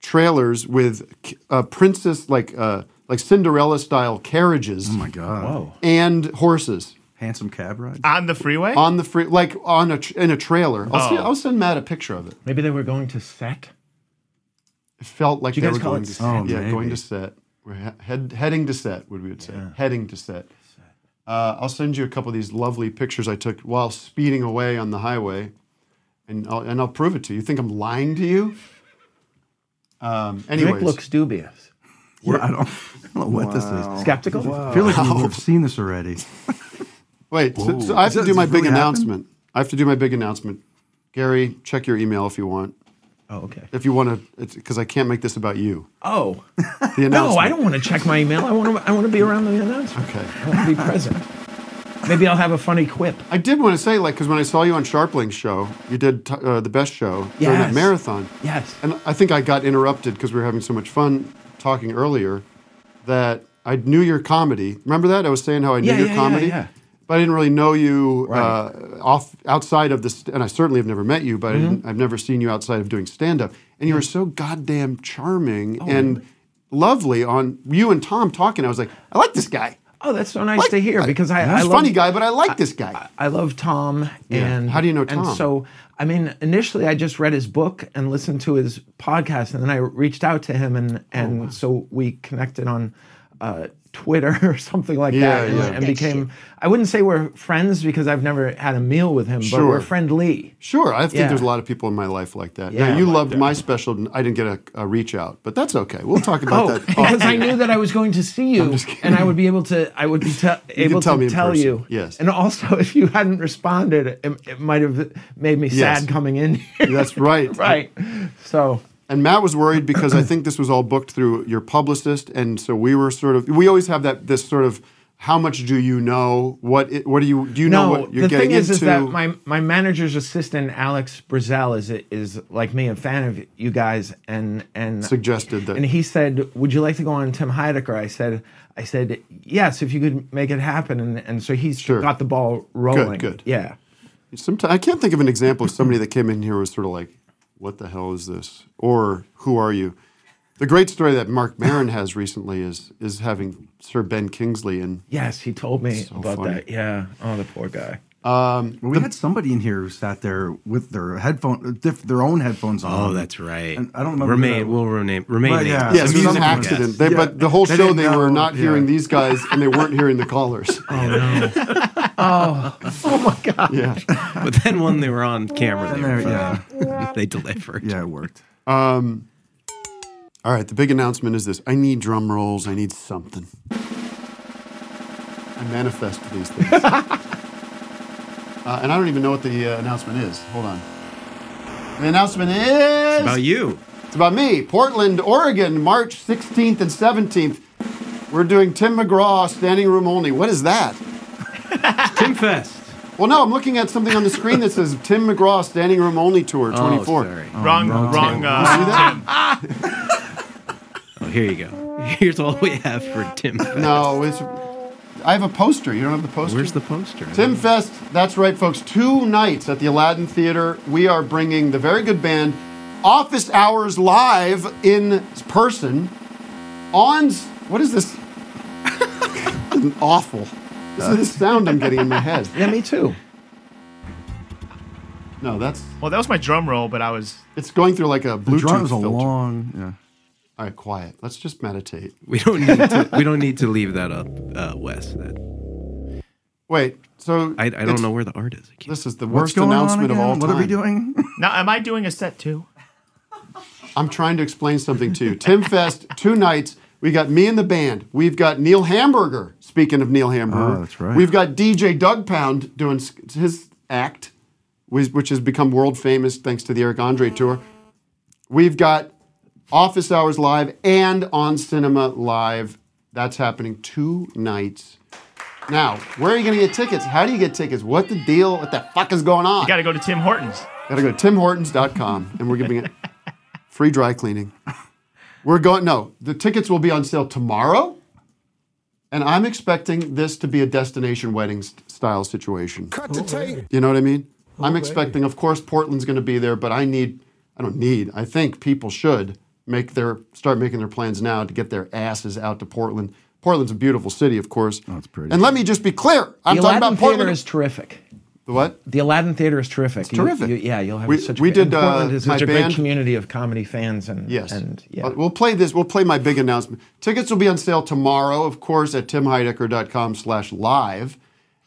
B: trailers with uh, princess, like uh, like Cinderella style carriages
G: Oh my god. Whoa.
B: and horses
G: Handsome cab ride.
F: On the freeway?
B: on the free, like on a tr- in a trailer. I'll, see,
F: Oh.
B: I'll send Matt a picture of it.
E: Maybe they were going to set.
B: It felt like
E: Do you
B: they
E: guys
B: were
E: call
B: going
E: it
B: to
E: set?
G: Oh,
B: yeah, going
G: maybe.
B: to set. We're he- head, heading to set. What we would say, heading to set. Uh, I'll send you a couple of these lovely pictures I took while speeding away on the highway, and I'll and I'll prove it to you. You think I'm lying to you? Um, anyways,
E: Rick looks dubious.
G: Yeah, I, don't, I don't know what this
B: Oh.
G: is.
E: Skeptical?
G: I feel like we've seen this already.
B: wait. So, so I have
G: Does
B: to
G: that-
B: do my
G: does
B: big
G: it really happen?
B: announcement. I have to do my big announcement. Gary, check your email if you want.
E: Oh, okay.
B: If you want to, because I can't make this about you.
E: Oh.
B: The announcement.
E: No, I don't want to check my email. I want to. I want to be around the announcement.
B: Okay.
E: I want to be present. Maybe I'll have a funny quip.
B: I did want to say, like, because when I saw you on Sharpling's show, you did t- uh, the best show during that
E: Yes.
B: marathon.
E: Yes.
B: And I think I got interrupted because we were having so much fun talking earlier that I knew your comedy. Remember that? I was saying how I knew
E: Yeah,
B: your
E: yeah, yeah,
B: comedy.
E: yeah.
B: But I didn't really know you uh, off outside of this, and I certainly have never met you, but I
E: Mhm.
B: didn't, I've never seen you outside of doing stand up. And you were so goddamn charming
E: Oh,
B: and lovely on you and Tom talking. I was like, I like this guy.
E: Oh, that's so nice to hear because I, I
B: He's a
E: love,
B: funny guy, but I like this guy.
E: I love Tom.
B: Yeah.
E: And
B: How do you know Tom?
E: And so, I mean, initially I just read his book and listened to his podcast, and then I reached out to him, and
B: Oh,
E: and so we connected on uh, Twitter or something like
B: Yeah,
E: that, and,
B: yeah.
E: and became. I wouldn't say we're friends because I've never had a meal with him, but
B: Sure.
E: we're friendly.
B: Sure, I think
E: Yeah.
B: there's a lot of people in my life like that.
E: Yeah,
B: now you
E: like
B: loved my special. I didn't get a, a reach out, but that's okay. We'll talk about
E: Oh,
B: that.
E: because
B: off
E: I knew that I was going to see you, and I would be able to. I would be te-
B: You
E: able
B: can tell
E: to
B: me in
E: tell
B: person.
E: you.
B: Yes.
E: And also, if you hadn't responded, it, it might have made me
B: Yes.
E: sad coming in.
B: air. That's right.
E: right. So
B: And Matt was worried because I think this was all booked through your publicist, and so we were sort of. We always have that this sort of. How much do you know? What it, what do you do? You know
E: no,
B: what you're
E: the
B: getting
E: thing is,
B: into.
E: is that my my manager's assistant Alex Brazel is is like me, a fan of you guys, and and
B: Suggested that-
E: and he said, "Would you like to go on Tim Heidecker?" I said, "I said yes, if you could make it happen." And and so he's got the ball rolling.
B: good.
E: Yeah.
B: Sometimes I can't think of an example of somebody that came in here was sort of like, "What the hell is this?" or "Who are you?" The great story that Mark Maron has recently is is having Sir Ben Kingsley and
E: Yes, he told me
B: So
E: about
B: funny.
E: that. Yeah. Oh, the poor guy.
B: Um,
G: we had somebody in here who sat there with their headphone, uh, diff, their own headphones on.
H: Oh, that's right.
G: And I don't remember.
H: Remain.
G: who that-
H: We'll rename. Remain.
G: Right, yeah.
H: nameless.
G: Yes,
H: It's a
G: it was
H: music
G: an
H: podcast.
B: accident. They, But the whole
G: They
B: show
G: didn't
B: they were
G: know,
B: not
G: yeah.
B: hearing these guys and they weren't hearing the callers.
E: Oh no. oh. Oh my god.
B: Yeah.
H: but then when they were on camera, they, were
G: Yeah.
H: fine. they delivered.
G: Yeah, it worked.
B: Um, all right, the big announcement is this. I need drum rolls. I need something. I manifest these things. Uh, and I don't even know what the uh, announcement is. Hold on. The announcement is
H: About you.
B: It's about me, Portland, Oregon, March 16th and 17th. We're doing Tim McGraw, standing room only. What is that?
H: Tim Fest.
B: Well, no, I'm looking at something on the screen that says Tim McGraw, standing room only tour
H: Oh,
B: 24.
H: sorry.
F: Wrong, wrong.
B: You see
F: Uh,
B: that?
H: Oh, here you go. Here's all we have for Tim Fest.
B: No, it's. I have a poster. You don't have the poster?
H: Where's the poster?
B: Tim Fest, that's right, folks. Two nights at the Aladdin Theater. We are bringing the very good band Office Hours Live in person on. s- What is this? This is awful. This is the sound I'm getting in my head.
E: Yeah, me too.
B: No, that's.
F: well, that was my drum roll, but I was.
B: It's going through like a
G: The
B: Bluetooth
G: drums are
B: filter.
G: long. Yeah.
B: All right, quiet. Let's just meditate.
H: We don't need to. We don't need to leave that up, uh, Wes. That
B: Wait, so.
H: I, I
B: it's-
H: don't know where the art is.
B: This is the
G: What's
B: worst
G: going on
B: announcement of
G: again?
B: all time.
G: What are we doing?
F: Now, am I doing a set too?
B: I'm trying to explain something to you. Tim Fest, two nights. We got me and the band. We've got Neil Hamburger. Speaking of Neil Hamburger,
G: Oh, that's right.
B: We've got DJ Doug Pound doing s- his act, which which has become world famous thanks to the Eric Andre tour. We've got Office Hours Live and On Cinema Live. That's happening two nights. Now, where are you going to get tickets? How do you get tickets? What the deal? What the fuck is going on?
F: You got to go to Tim Hortons.
B: Gotta go to timhortons.com and we're giving it free dry cleaning. We're going, no, the tickets will be on sale tomorrow. And I'm expecting this to be a destination wedding st- style situation. Cut the tape. You know what I mean? I'm expecting, of course, Portland's gonna be there, but I need, I don't need, I think people should make their, start making their plans now to get their asses out to Portland. Portland's a beautiful city, of course. Oh, it's pretty. And let me just be clear. I'm talking
E: the Aladdin
B: about
E: Theater
B: Portland.
E: is terrific.
B: The what?
E: The Aladdin Theater is terrific. It's
B: terrific.
E: yeah, you'll have
B: We-
E: such.
B: we
E: a, and
B: did, uh,
E: Portland is
B: my
E: such a
B: band-
E: great community of comedy fans and
B: Yes.
E: and yeah.
B: Uh, We'll play this. We'll play my big announcement. Tickets will be on sale tomorrow, of course, at timheidecker.com slash live.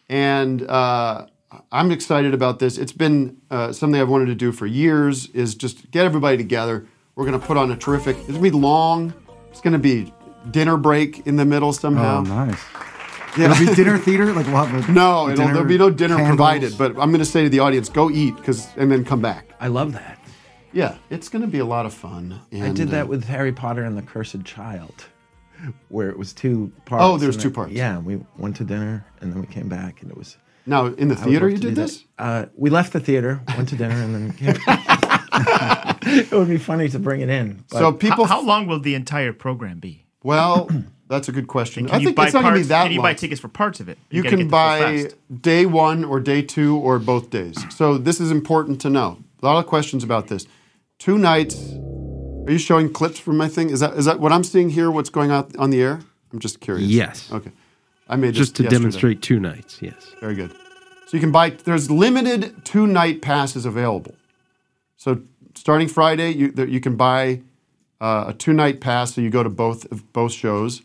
B: And uh, I'm excited about this. It's been uh, something I've wanted to do for years is just get everybody together. We're going to put on a terrific, it's going to be long. It's going to be dinner break in the middle somehow.
G: Oh, nice. It'll be dinner theater. Like we'll have a
B: No, it'll,
G: dinner,
B: there'll be no dinner
G: candles.
B: provided, but I'm going to say to the audience, go eat because and then come back.
E: I love that.
B: Yeah, it's going to be a lot of fun.
E: I
B: and,
E: did
B: uh,
E: that with Harry Potter and the Cursed Child. where it was two parts.
B: Oh, there was
E: and
B: two
E: then-
B: parts.
E: Yeah, we went to dinner and then we came back, and it was.
B: Now, in the
E: I would
B: theater
E: love
B: you
E: to
B: did
E: do that.
B: this?
E: Uh, we left the theater, went to dinner, and then came back. it would be funny to bring it in. but-
B: So people-
F: How, how long will the entire program be?
B: Well, that's a good question.
F: Can
B: I
F: you
B: think
F: buy
B: it's not going to be
F: parts-
B: that
F: Can you
B: long.
F: buy tickets for parts of it?
B: You
F: gotta
B: can
F: get the full
B: buy
F: fest.
B: day one or day two or both days. So this is important to know. A lot of questions about this. Two nights. Are you showing clips from my thing? Is that is that what I'm seeing here? What's going on on the air? I'm just curious.
H: Yes.
B: Okay. I made this
H: Just to
B: yesterday.
H: demonstrate two nights. Yes.
B: Very good. So you can buy. There's limited two night passes available. So starting Friday, you there, you can buy uh, a two night pass. So you go to both of both shows,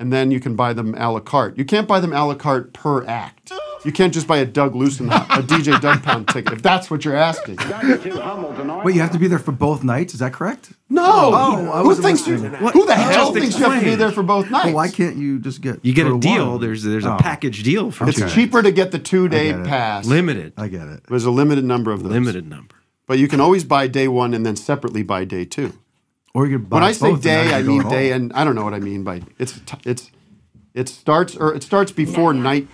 B: and then you can buy them a la carte. You can't buy them a la carte per act. You can't just buy a Doug Lucen, a DJ Doug Pound ticket if that's what you're asking.
G: Wait, you have to be there for both nights. Is that correct?
B: No.
G: Oh, I
B: who
G: wasn't
B: thinks you?
G: listening. What?
B: Who the
G: I
B: hell
G: just
B: thinks you have to be
G: explained.
B: there for both nights?
G: Well, why can't you just get?
H: You get
G: for
H: a deal.
G: one?
H: There's there's
G: Oh.
H: a package deal for
B: It's
H: two nights.
B: cheaper to get the two day
H: I get it.
B: pass.
H: Limited.
G: I get it.
B: There's a limited number of those.
H: Limited number.
B: But you can always buy day one and then separately buy day two.
G: Or you could buy
B: when I say
G: both and not
B: day,
G: even
B: I
G: go
B: mean
G: at all.
B: day, and I don't know what I mean by it's t- it's it starts or it starts before night,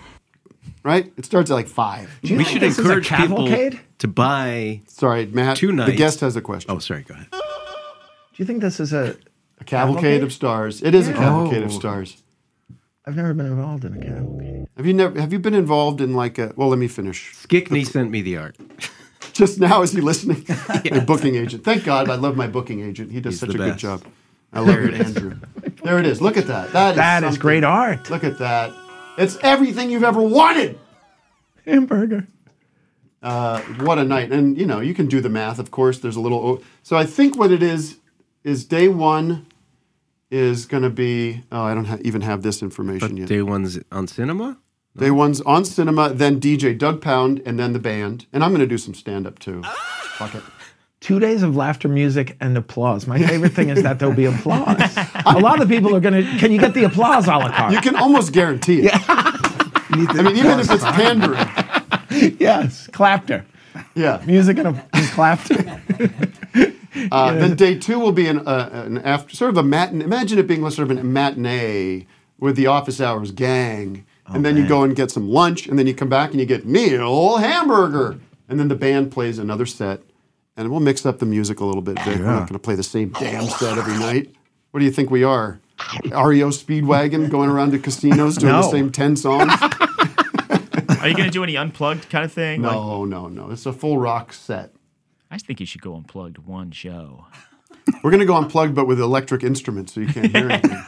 B: right? It starts at like five.
E: Do you
H: we
E: think
H: should
E: this is a
H: encourage people
E: cavalcade?
H: to buy.
B: Sorry, Matt.
H: Two
B: The
H: nights.
B: guest has a question.
H: Oh, sorry. Go ahead.
E: Do you think this is a?
B: A cavalcade of stars. It is a
E: Yeah.
B: cavalcade of
E: Oh.
B: stars.
E: I've never been involved in a cavalcade.
B: Have you never? Have you been involved in like a? Well, let me finish.
H: Skickney sent me the art.
B: Just now, is he listening? My booking agent. Thank God, I love my booking agent. He does
H: He's
B: such a
H: the
B: good
H: best.
B: job. I love
H: There
B: it,
H: it is.
B: Andrew. There it is. Look at that. That is
E: That is
B: something.
E: great art.
B: Look at that. It's everything you've ever wanted.
E: Hamburger.
B: Uh, what a night! And you know, you can do the math. Of course, there's a little. O- so I think what it is is day one is going to be. Oh, I don't ha- even have this information
H: But
B: yet.
H: day one's on cinema.
B: Day one's on cinema, then DJ Doug Pound, and then the band. And I'm going to do some stand up too. Fuck it.
E: Two days of laughter, music, and applause. My favorite thing is that there'll be applause. a lot of people are gonna. Can you get the applause a la carte?
B: You can almost guarantee it.
G: You need the-
B: I mean, even if it's pandering.
E: yes, clapter,
B: Yeah.
E: music and, a, and clapter.
B: Uh, Then day two will be an, uh, an after, sort of a matin. Imagine it being like sort of a matinee with the office hours gang, and then you go and get some lunch, and then you come back and you get meal hamburger, and then the band plays another set, and we'll mix up the music a little bit. Vic. We're
G: Yeah.
B: not going to play the same damn set every night. What do you think we are? REO Speedwagon going around to casinos doing the
E: No.
B: same ten songs?
F: Are you going to do any unplugged kind of thing? Like,
B: no, no, no. It's a full rock set.
F: I just think you should go unplugged one show.
B: We're going to go unplugged, but with electric instruments, so you can't hear anything.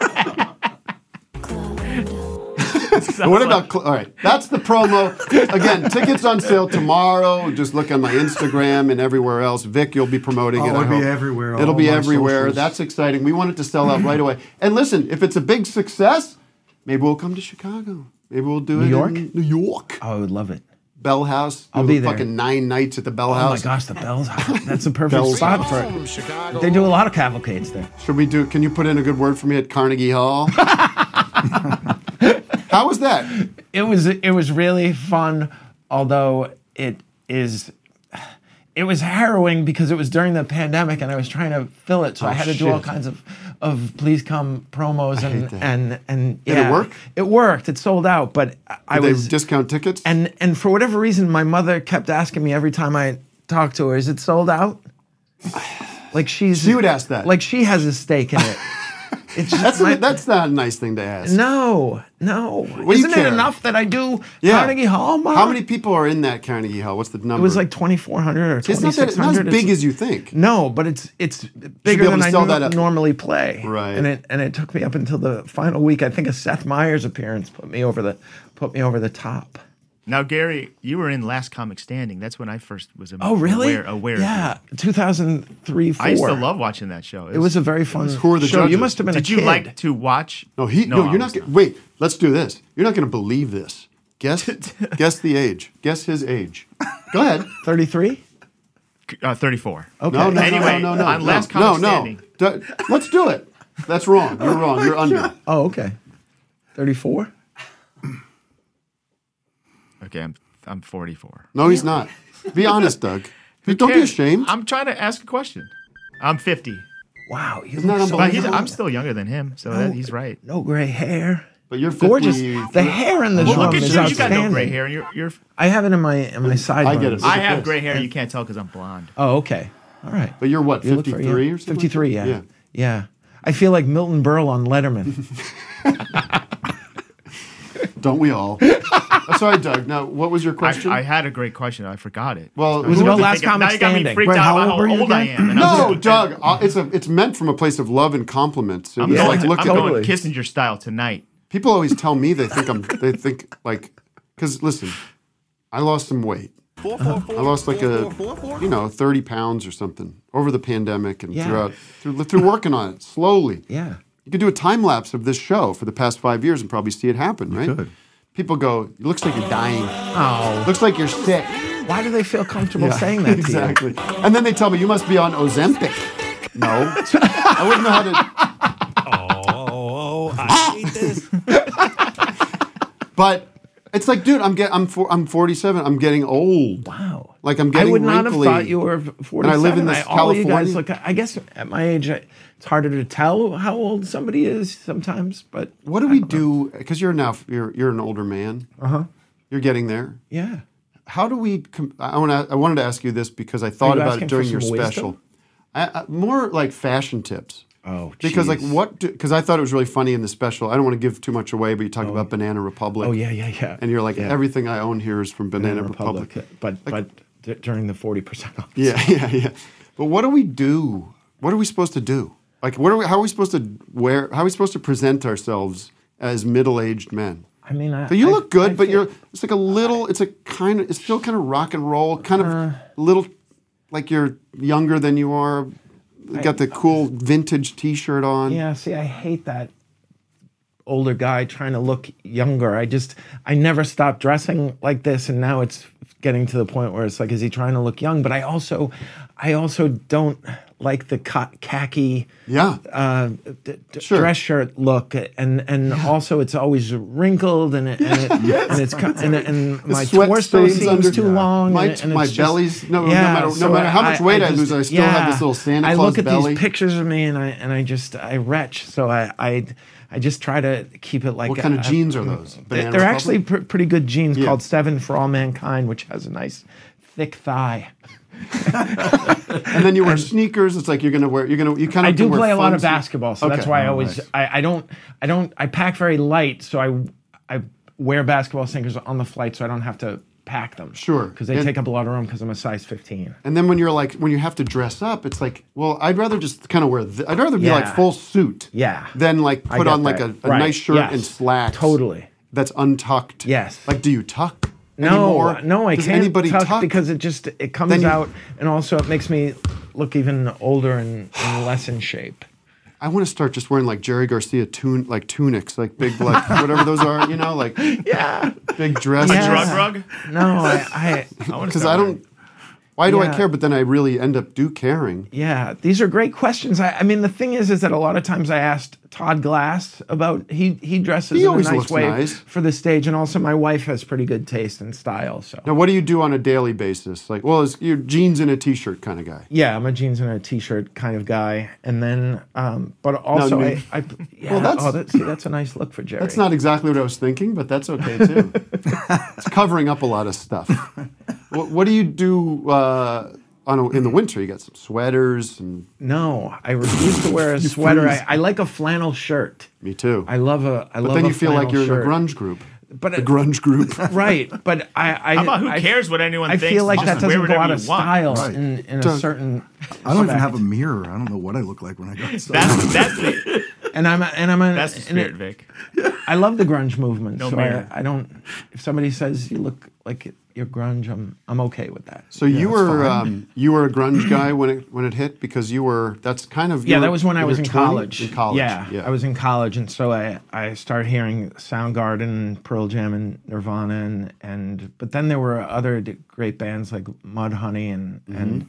B: But what about? Cl- all right, that's the promo. Again, tickets on sale tomorrow. Just look on my Instagram and everywhere else. Vic, you'll be promoting
G: Oh,
B: it. I
G: it'll be
B: hope.
G: everywhere,
B: It'll
G: all
B: be
G: my
B: everywhere.
G: socials.
B: That's exciting. We want it to sell out right away. And listen, if it's a big success, maybe we'll come to Chicago. Maybe we'll do it.
E: New York?
B: in New York.
E: Oh, I would love it.
B: Bell House.
E: I'll
B: Do
E: be there.
B: Fucking nine nights at the Bell
E: Oh my
B: House.
E: gosh, the bells. That's a perfect
B: Bells.
E: spot for it. They do a lot of cavalcades there.
B: Should we do? Can you put in a good word for me at Carnegie Hall? How was that?
E: It was it was really fun, although it is it was harrowing because it was during the pandemic and I was trying to fill it, so I had to do all
B: Oh, shit.
E: kinds of of please come promos and
B: that.
E: and and
B: Did it
E: yeah.
B: work?
E: It worked. It sold out, but I- I
B: They
E: was
B: discount tickets.
E: and and for whatever reason, my mother kept asking me every time I talked to her, "Is it sold out?" Like she's
B: She would ask that.
E: Like she has a stake in it. It's just
B: that's
E: my-
B: that's not a nice thing to ask.
E: no, no.
B: do you
E: Isn't
B: care?
E: it enough that I do
B: Yeah.
E: Carnegie Hall? Mom?
B: How many people are in that Carnegie Hall? What's the
E: It
B: number?
E: was like twenty four hundred or
B: it's
E: twenty
B: not, that,
E: six
B: it's not as
E: hundred.
B: big as you think.
E: no, but it's it's bigger
B: able
E: than
B: to
E: I
B: sell
E: nor-
B: that up.
E: normally play.
B: Right.
E: and it and it took me up until the final week. I think a Seth Meyers appearance put me over the put me over the top.
F: Now, Gary, you were in Last Comic Standing. That's when I first was am-
E: Oh, really?
F: aware, aware of you.
E: Yeah, two thousand three, four.
F: I used to love watching that show.
E: It was a very fun.
B: Who are the
E: show.
B: judges?
E: You must have been.
F: Did
E: a
F: you
E: kid.
F: like to watch?
B: No, he. No,
F: I
B: you're not.
F: was
B: gonna- Wait, let's do this. You're not going to believe this. Guess. guess the age. Guess his age. Go ahead.
E: thirty-three?
F: Uh, 34.
E: Okay.
B: No, no,
F: Anyway,
B: no, no, no, no.
F: on Last
B: no,
F: Comic
B: no,
F: Standing.
B: no. D- let's do it. That's wrong. You're wrong. You're under.
E: Oh, okay. Thirty-four.
F: Okay, I'm I'm 44.
B: No, he's not. Be honest, Doug. Don't be
F: Gary,
B: ashamed. Oh,
F: I'm trying to ask a question. I'm 50.
E: Wow, you
F: Isn't
E: look
F: that
E: so
F: unbelievable?
E: young.
F: He's- I'm still younger than him, so
E: No-
F: that, he's right.
E: No gray hair.
B: But you're
E: gorgeous. The hair in this
F: well,
E: room
F: look at
E: is
F: you. You got
E: outstanding.
F: no gray hair. You're, you're
E: I have it in my in my side. buns.
F: I have gray hair. You can't tell because I'm blonde.
E: Oh, okay. All right.
B: But you're what,
E: You look
B: 53
E: very young.
B: or something like
E: 53,
B: that?
E: yeah.
B: Yeah.
E: yeah. I feel like Milton Berle on Letterman.
B: Don't we all? That's all right, Doug. Now, what was your question?
F: I had a great question. I forgot it.
B: Well,
F: It was about last comic standing. Wait, how old were you again? and I was
B: No,
F: like-
B: Doug. uh, it's a, it's meant from a place of love and compliments. It
F: I'm
B: was
F: going,
B: like look
F: I'm
B: at
F: going Kissinger style tonight.
B: People always tell me they think I'm. They think like, because listen, I lost some weight. I lost like a, you know, thirty pounds or something over the pandemic and
E: Yeah.
B: throughout through, through working on it slowly.
E: Yeah.
B: You could do a time lapse of this show for the past five years and probably see it happen, right? People go, it looks like you're dying.
E: Oh.
B: Looks like you're sick.
E: Why do they feel comfortable
B: Yeah,
E: saying that to
B: exactly. And then they tell me you must be on Ozempic. No, I wouldn't know how to.
L: Oh, I hate this.
B: But it's like, dude, I'm get, I'm for, I'm 47. I'm getting old.
E: Wow.
B: Like I'm
E: you? Oh. I
B: getting
E: would not have
B: wrinkly.
E: thought you were
B: And
E: 47.
B: I live in this
E: all you
B: California.
E: guys look- I guess at my age, I, it's harder to tell how old somebody is sometimes, but
B: what do we do? Because you're now you're you're an older man. Uh
E: Uh-huh.
B: huh. You're getting there.
E: yeah.
B: How do we? Com- I want to. I wanted to ask you this because I thought
E: you
B: about
E: asking
B: it during
E: for
B: your
E: some
B: special.
E: wisdom?
B: I, I, more like fashion tips.
E: Oh,
B: Because like
E: jeez.
B: what? Because I thought it was really funny in the special. I don't want to give too much away, but you talk about Banana Republic.
E: Oh, yeah, yeah, yeah.
B: And you're like,
E: Yeah.
B: everything I own here is from Banana,
E: Banana
B: Republic.
E: Republic. But but d- during the 40% off.
B: Yeah, yeah, yeah. But what do we do? What are we supposed to do? Like, what are we? How are we supposed to wear? How are we supposed to present ourselves as middle-aged men?
E: I mean, I,
B: So you
E: I-
B: look good, but you're. It's like a little. It's a kind of. It's still kind of rock and roll. Kind of
E: Uh-huh.
B: little, like you're younger than you are. Got the cool vintage T-shirt on.
E: Yeah, see, I hate that older guy trying to look younger. I just, I never stopped dressing like this, and now it's getting to the point where it's like, is he trying to look young? But I also, I also don't like the ca- khaki,
B: yeah,
E: uh, d- d- dress shirt look, and and also it's always wrinkled, and it, and, it,
B: Yes.
E: and it's co- and, and
B: The
E: my
B: sweat
E: torso
B: stains
E: seems
B: under-
E: too
B: Yeah.
E: long.
B: My-
E: and it- and
B: my
E: it's just-
B: belly's- no- no matter- no
E: so
B: matter how much weight I lose, I still have this little Santa
E: I
B: Claus
E: look at
B: belly.
E: these pictures of me, and I and I just I retch. So I I, I just try to keep it like
B: What kind of
E: I-
B: jeans are those?
E: They're,
B: Banana
E: they're
B: Republic?
E: actually pr- pretty good jeans called Seven for All Mankind, which has a nice thick thigh.
B: and then you wear sneakers. It's like you're gonna wear. You're gonna. You kind of.
E: I do play a lot of basketball, so that's
B: Oh,
E: why I always I, I don't I don't I pack very light, so I I wear basketball sneakers on the flight, so I don't have to pack them.
B: Sure.
E: because they
B: And-
E: take up a lot of room because I'm a size 15.
B: And then when you're like, when you have to dress up, it's like, well, I'd rather just kind of wear. Th- I'd rather be like
E: Yeah.
B: full suit.
E: Yeah.
B: Than like
E: I
B: put
E: get
B: on like a,
E: that.
B: a
E: Right.
B: nice shirt
E: Yes.
B: and slacks.
E: Totally.
B: That's untucked.
E: Yes.
B: Like, do you tuck?
E: No,
B: anymore?
E: no, I
B: Does
E: can't
B: anybody
E: tuck,
B: tuck?
E: because it just it comes
B: Then you-
E: out, and also it makes me look even older and, and less in shape.
B: I want to start just wearing like Jerry Garcia tun like tunics, like big like whatever those are, you know, like
E: yeah,
B: big dress.
E: Yeah. No, I I
B: Because I don't. Why do I
E: Yeah.
B: care? But then I really end up do caring.
E: Yeah, these are great questions. I, I mean, the thing is, is that a lot of times I asked Todd Glass about he he dresses
B: He
E: in a
B: always
E: nice
B: looks
E: way
B: nice.
E: for the stage, and also my wife has pretty good taste and style. So
B: Now, what do you do on a daily basis? Like, well, it's, you're jeans and a t-shirt kind of guy.
E: yeah, I'm a jeans and a t-shirt kind of guy, and then um, but also
B: No, I
E: I,
B: mean-
E: I yeah,
B: Well, that's-
E: oh, that's see, that's a nice look for Jerry.
B: That's not exactly what I was thinking, but that's okay too. it's covering up a lot of stuff. what, what do you do uh, on a, in the winter? You got some sweaters and
E: no. I refuse to wear a
B: You
E: sweater. I,
B: freeze.
E: I like a flannel shirt.
B: Me too.
E: I love a. I
B: but
E: love
B: then
E: a
B: you feel like
E: flannel
B: you're
E: shirt.
B: in a grunge group.
E: But
B: the
E: it-
B: grunge group,
E: right? But I, I
F: How about who
E: I-
F: cares what anyone
E: I
F: thinks?
E: feel like
F: Just
E: that
F: wear
E: doesn't go
F: whatever
E: out
F: you
E: of
F: want.
E: style
G: Right.
E: in, in a
G: Doug,
E: certain.
G: I don't even
E: respect.
G: have a mirror. I don't know what I look like when I go outside.
F: That's that's the,
E: And I'm and I'm an,
F: that's the spirit,
E: and
F: Vic.
E: I love the grunge movement.
F: No
E: so
F: mirror.
E: I, I don't. If somebody says you look like you're grunge, I'm I'm okay with that.
B: So you were um, you were a grunge guy when it when it hit because you were that's kind of you
E: yeah,
B: were-
E: that was when I
B: you
E: was
B: were
E: in
B: 20?
E: college.
B: In college,
E: yeah, I was in college, and so I I started hearing Soundgarden, Pearl Jam, and Nirvana, and and but then there were other d- great bands like Mudhoney and
B: Mm-hmm.
E: and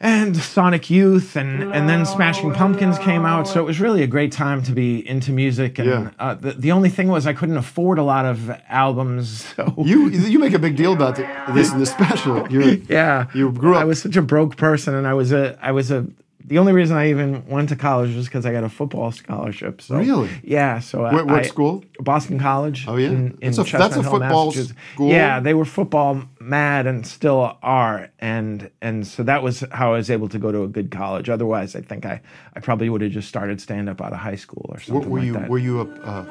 E: and Sonic Youth, and and then Smashing Pumpkins came out. So it was really a great time to be into music. And
B: Yeah.
E: uh, the the only thing was I couldn't afford a lot of albums, so.
B: You you make a big deal about th- this in the special. You're,
E: yeah,
B: you grew up.
E: I was such a broke person, and I was a I was a the only reason I even went to college was because I got a football scholarship. So
B: Really?
E: Yeah. So I-
B: What- what
E: I-
B: school?
E: Boston College. Oh
B: yeah?
E: in, in
B: That's a-
E: Chestnut
B: that's a
E: Hill,
B: football
E: Massachusetts.
B: school?
E: Yeah, they were football mad and still are, and and so that was how I was able to go to a good college. Otherwise, I think I I probably would have just started stand up out of high school or something
B: were
E: like
B: you-
E: that.
B: Were you a uh,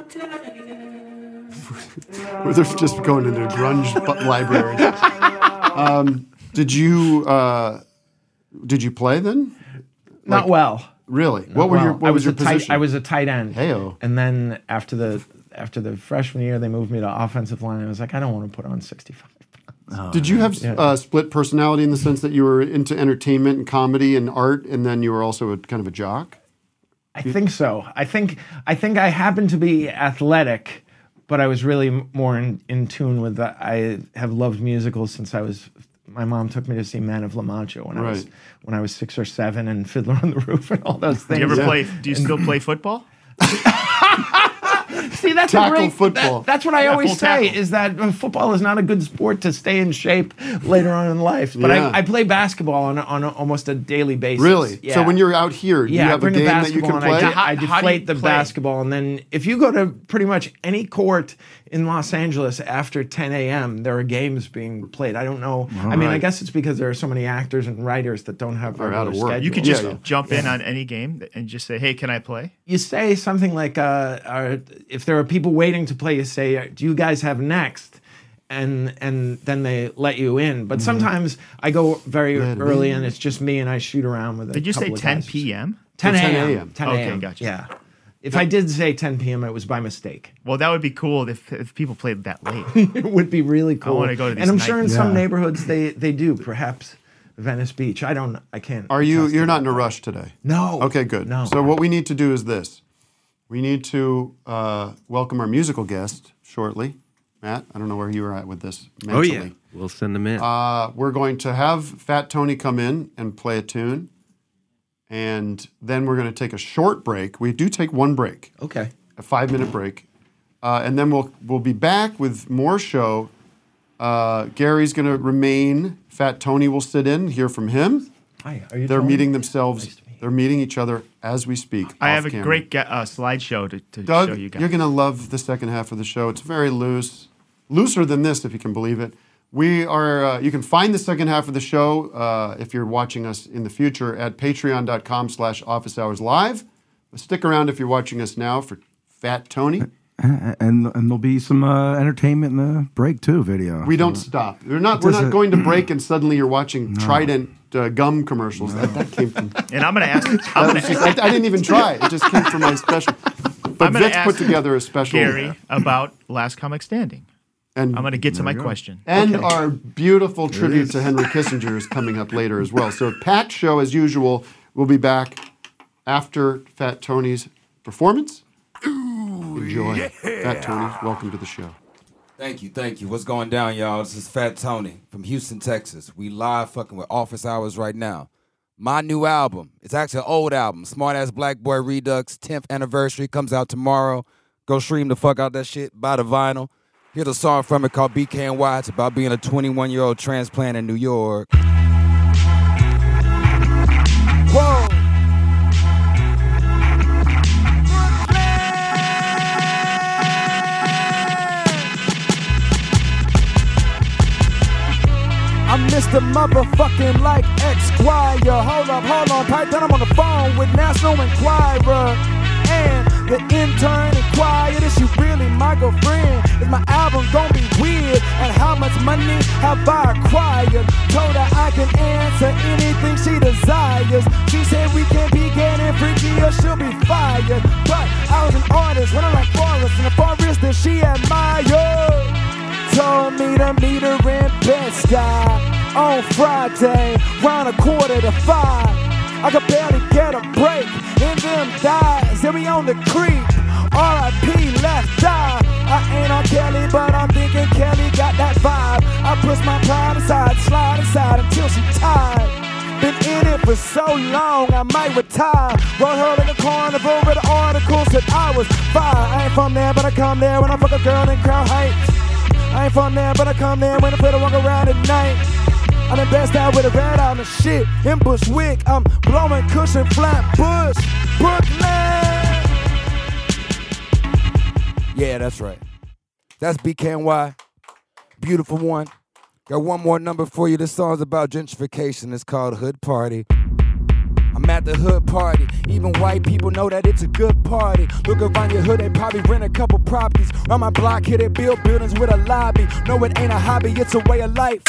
B: Where they're just going into grunge bu- libraries. Um, did you uh, did you play then?
E: Not well.
B: Really?
E: Not
B: what were your
E: well.
B: what
E: I
B: was, your
E: a tight,
B: position?
E: I was a tight end.
B: Heyo.
E: And then after the after the freshman year, they moved me to offensive line. I was like, I don't want to put on sixty five.
B: Did you have uh, split personality in the sense that you were into entertainment and comedy and art, and then you were also a kind of a jock?
E: I think so. I think I think I happened to be athletic, but I was really m- more in, in tune with. The, I have loved musicals since I was. My mom took me to see Man of La Mancha when I was
F: Right.
E: when I was six or seven, and Fiddler on the Roof and all those
F: Do
E: things.
F: you ever play? Do you still play football?
E: See, that's
F: Tackle
E: a great,
F: football.
E: that- that's what I
F: Yeah,
E: always
F: full
E: say is that uh, football is not a good sport to stay in shape later on in life. But
B: Yeah.
E: I, I play basketball on, a- on a, almost a daily basis.
B: Really?
E: Yeah.
B: So when you're out here, do
E: yeah,
B: you
E: I
B: have a
E: bring
B: game
E: the
B: that you can
E: basketball
B: play?
E: and I, de-
B: How- how
E: I
B: do you
E: deflate the
B: play?
E: basketball, and then if you go to pretty much any court in Los Angeles after 10 a.m., there are games being played. I don't know. I mean, I
F: Alright.
E: guess it's because there are so many actors and writers that don't have regular schedules.
F: You could just
E: so-
F: jump in
E: Yeah
F: on any game and just say, "Hey, can I play?"
E: you say something like, uh, uh, if there are people waiting to play, you say, uh, do you guys have next? And and then they let you in.
B: Mm-hmm.
E: But sometimes I go very early and it's just me and I shoot around with it.
F: Did you say 10 p.m.?
E: 10
F: Oh, 10
E: a.m.
F: a.m..
E: 10
F: Okay,
E: a.m.
F: gotcha.
E: Yeah. If I did say 10 p.m., it was by mistake.
F: Well, that would be cool if, if people played that late.
E: it would be really cool.
F: I want to go to these
E: And I'm sure in
F: night-
E: some neighborhoods they they do. Perhaps Venice Beach. I don't. I can't.
B: Are you? You're not in a rush today.
E: No.
B: Okay, good. No. So what we need to do is this: we need to uh, welcome our musical guest shortly. Matt, I don't know where you are at with this
H: Oh
B: mentally.
H: yeah, we'll send them in.
B: Uh, we're going to have Fat Tony come in and play a tune, and then we're going to take a short break. We do take one break.
E: Okay.
B: A five minute break, uh, and then we'll we'll be back with more show. Uh, Gary's going to remain. Fat Tony will sit in, hear from him.
E: Hi. Are you?
B: They're
E: Tony?
B: meeting themselves. They're meeting each other as we speak.
F: I
B: off
F: have a
B: camera.
F: great ge- uh, slideshow to, to
B: Doug,
F: show you guys.
B: are going to love the second half of the show. It's very loose, looser than this, if you can believe it. We are. Uh, you can find the second half of the show uh, if you're watching us in the future at Patreon.com/slash Office Hours Live. Stick around if you're watching us now for Fat Tony.
G: and and there'll be some uh, entertainment in the break too. Video.
B: We don't stop. We're not. We're
G: Does
B: not
G: it-
B: going to break, and suddenly you're watching Trident uh, gum commercials. That, that came from.
F: And I'm going to ask. I'm
B: That
F: gonna
B: was just, I, I didn't even try. It just came from my special. But
F: I'm gonna
B: Vic put
F: ask
B: together a special.
F: Gary about Last Comic Standing.
B: And
F: I'm going to get to
B: There
F: my
B: you go.
F: question.
B: And our beautiful
F: There it
B: tribute
F: is.
B: to Henry Kissinger is coming up later as well. So, Pat's show, as usual, will be back after Fat Tony's performance. Enjoy. Fat Tony, welcome to the show.
M: Thank you, thank you. What's going down, y'all? This is Fat Tony from Houston, Texas. We live fucking with office hours right now. My new album, it's actually an old album, Smart Ass Black Boy Redux, 10th anniversary, comes out tomorrow. Go stream the fuck out that shit, buy the vinyl. Here's a song from it called BKNY. It's about being a 21 year old transplant in New York. Whoa! I'm Mr. Motherfucking like Esquire. Hold up, hold on, pipe down. I'm on the phone with National Enquirer and the intern inquired. Is she really my girlfriend? Is my album gonna be weird? And how much money have I acquired? Told her I can answer anything she desires. She said we can be getting freaky or she'll be fired. But I was an artist running like Forrest in the forest that she admired. Told me to meet her in Best Guy on Friday, round a quarter to five. I could barely get a break in them thighs. Then we on the creep. R.I.P. Left Eye. I ain't on Kelly, but I'm thinking Kelly got that vibe. I push my pride aside, slide aside until she tired. Been in it for so long, I might retire. Wrote her in the carnival with articles that I was fire. I ain't from there, but I come there when I fuck a girl in Crown Heights. I ain't from there, but I come there when I put her walk around at night. I done passed out with a rat on the shit. In Bushwick, I'm blowing cushion flat bush. Brooklyn. Yeah, that's right. That's BKNY. Beautiful one. Got one more number for you. This song's about gentrification. It's called Hood Party. I'm at the hood party. Even white people know that it's a good party. Look around your hood, they probably rent a couple properties. On my block here, they build buildings with a lobby. No, it ain't a hobby, it's a way of life.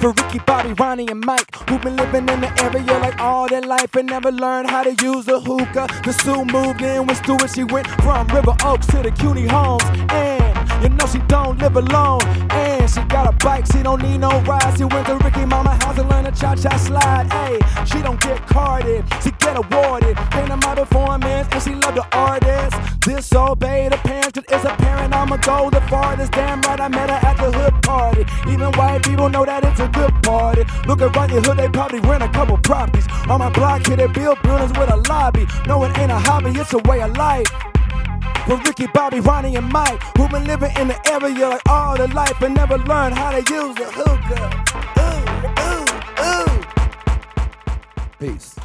M: For Ricky, Bobby, Ronnie, and Mike, who've been living in the area like all their life and never learned how to use a hookah. The Sue moved in with Stuart, she went from River Oaks to the CUNY homes. And you know she don't live alone. And she got a bike, she don't need no ride. She went to Ricky Mama house and learned a cha-cha slide. Ayy, she don't get carded, she get awarded. Came to my performance and she loved the artist. Disobey the parents, it is apparent I'ma go the farthest. Damn right, I met her at the hood party. Even white people know that it's a good party. Look around your hood, they probably rent a couple properties. On my block here, they build buildings with a lobby. No, it ain't a hobby, it's a way of life. For Ricky, Bobby, Ronnie, and Mike, who've been living in the area like all their life and never learned how to use a hookah. Ooh, ooh, ooh. Peace.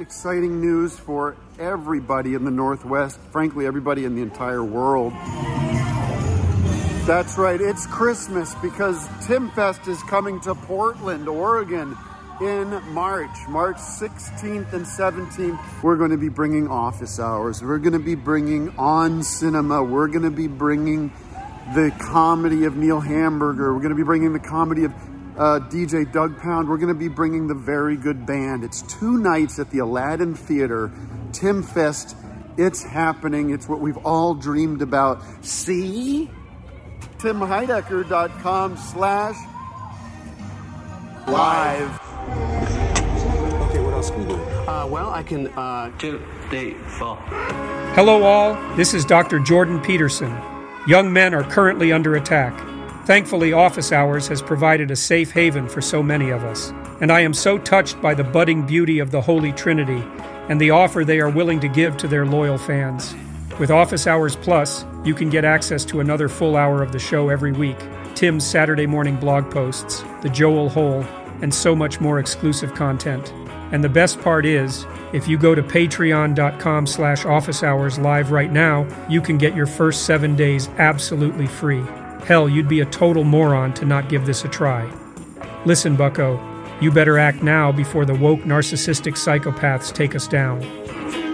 B: Exciting news for everybody in the Northwest, frankly, everybody in the entire world. That's right, it's Christmas because Timfest is coming to Portland, Oregon in March, March 16th and 17th. We're going to be bringing office hours, we're going to be bringing on cinema, we're going to be bringing the comedy of Neil Hamburger, we're going to be bringing the comedy of uh, DJ Doug Pound. We're going to be bringing the Very Good Band. It's two nights at the Aladdin Theater, Tim Fest. It's happening. It's what we've all dreamed about. See? TimHeidecker.com slash live.
N: Okay, what else can we do?
A: Uh, well, I can. Uh, two, three, four.
O: Hello, all. This is Dr. Jordan Peterson. Young men are currently under attack. Thankfully, office hours has provided a safe haven for so many of us. And I am so touched by the budding beauty of the Holy Trinity and the offer they are willing to give to their loyal fans. With Office Hours Plus, you can get access to another full hour of the show every week, Tim's Saturday morning blog posts, the Joel Hole, and so much more exclusive content. And the best part is, if you go to patreon.com slash office hours live right now, you can get your first seven days absolutely free. Hell, you'd be a total moron to not give this a try. Listen, bucko, you better act now before the woke narcissistic psychopaths take us down.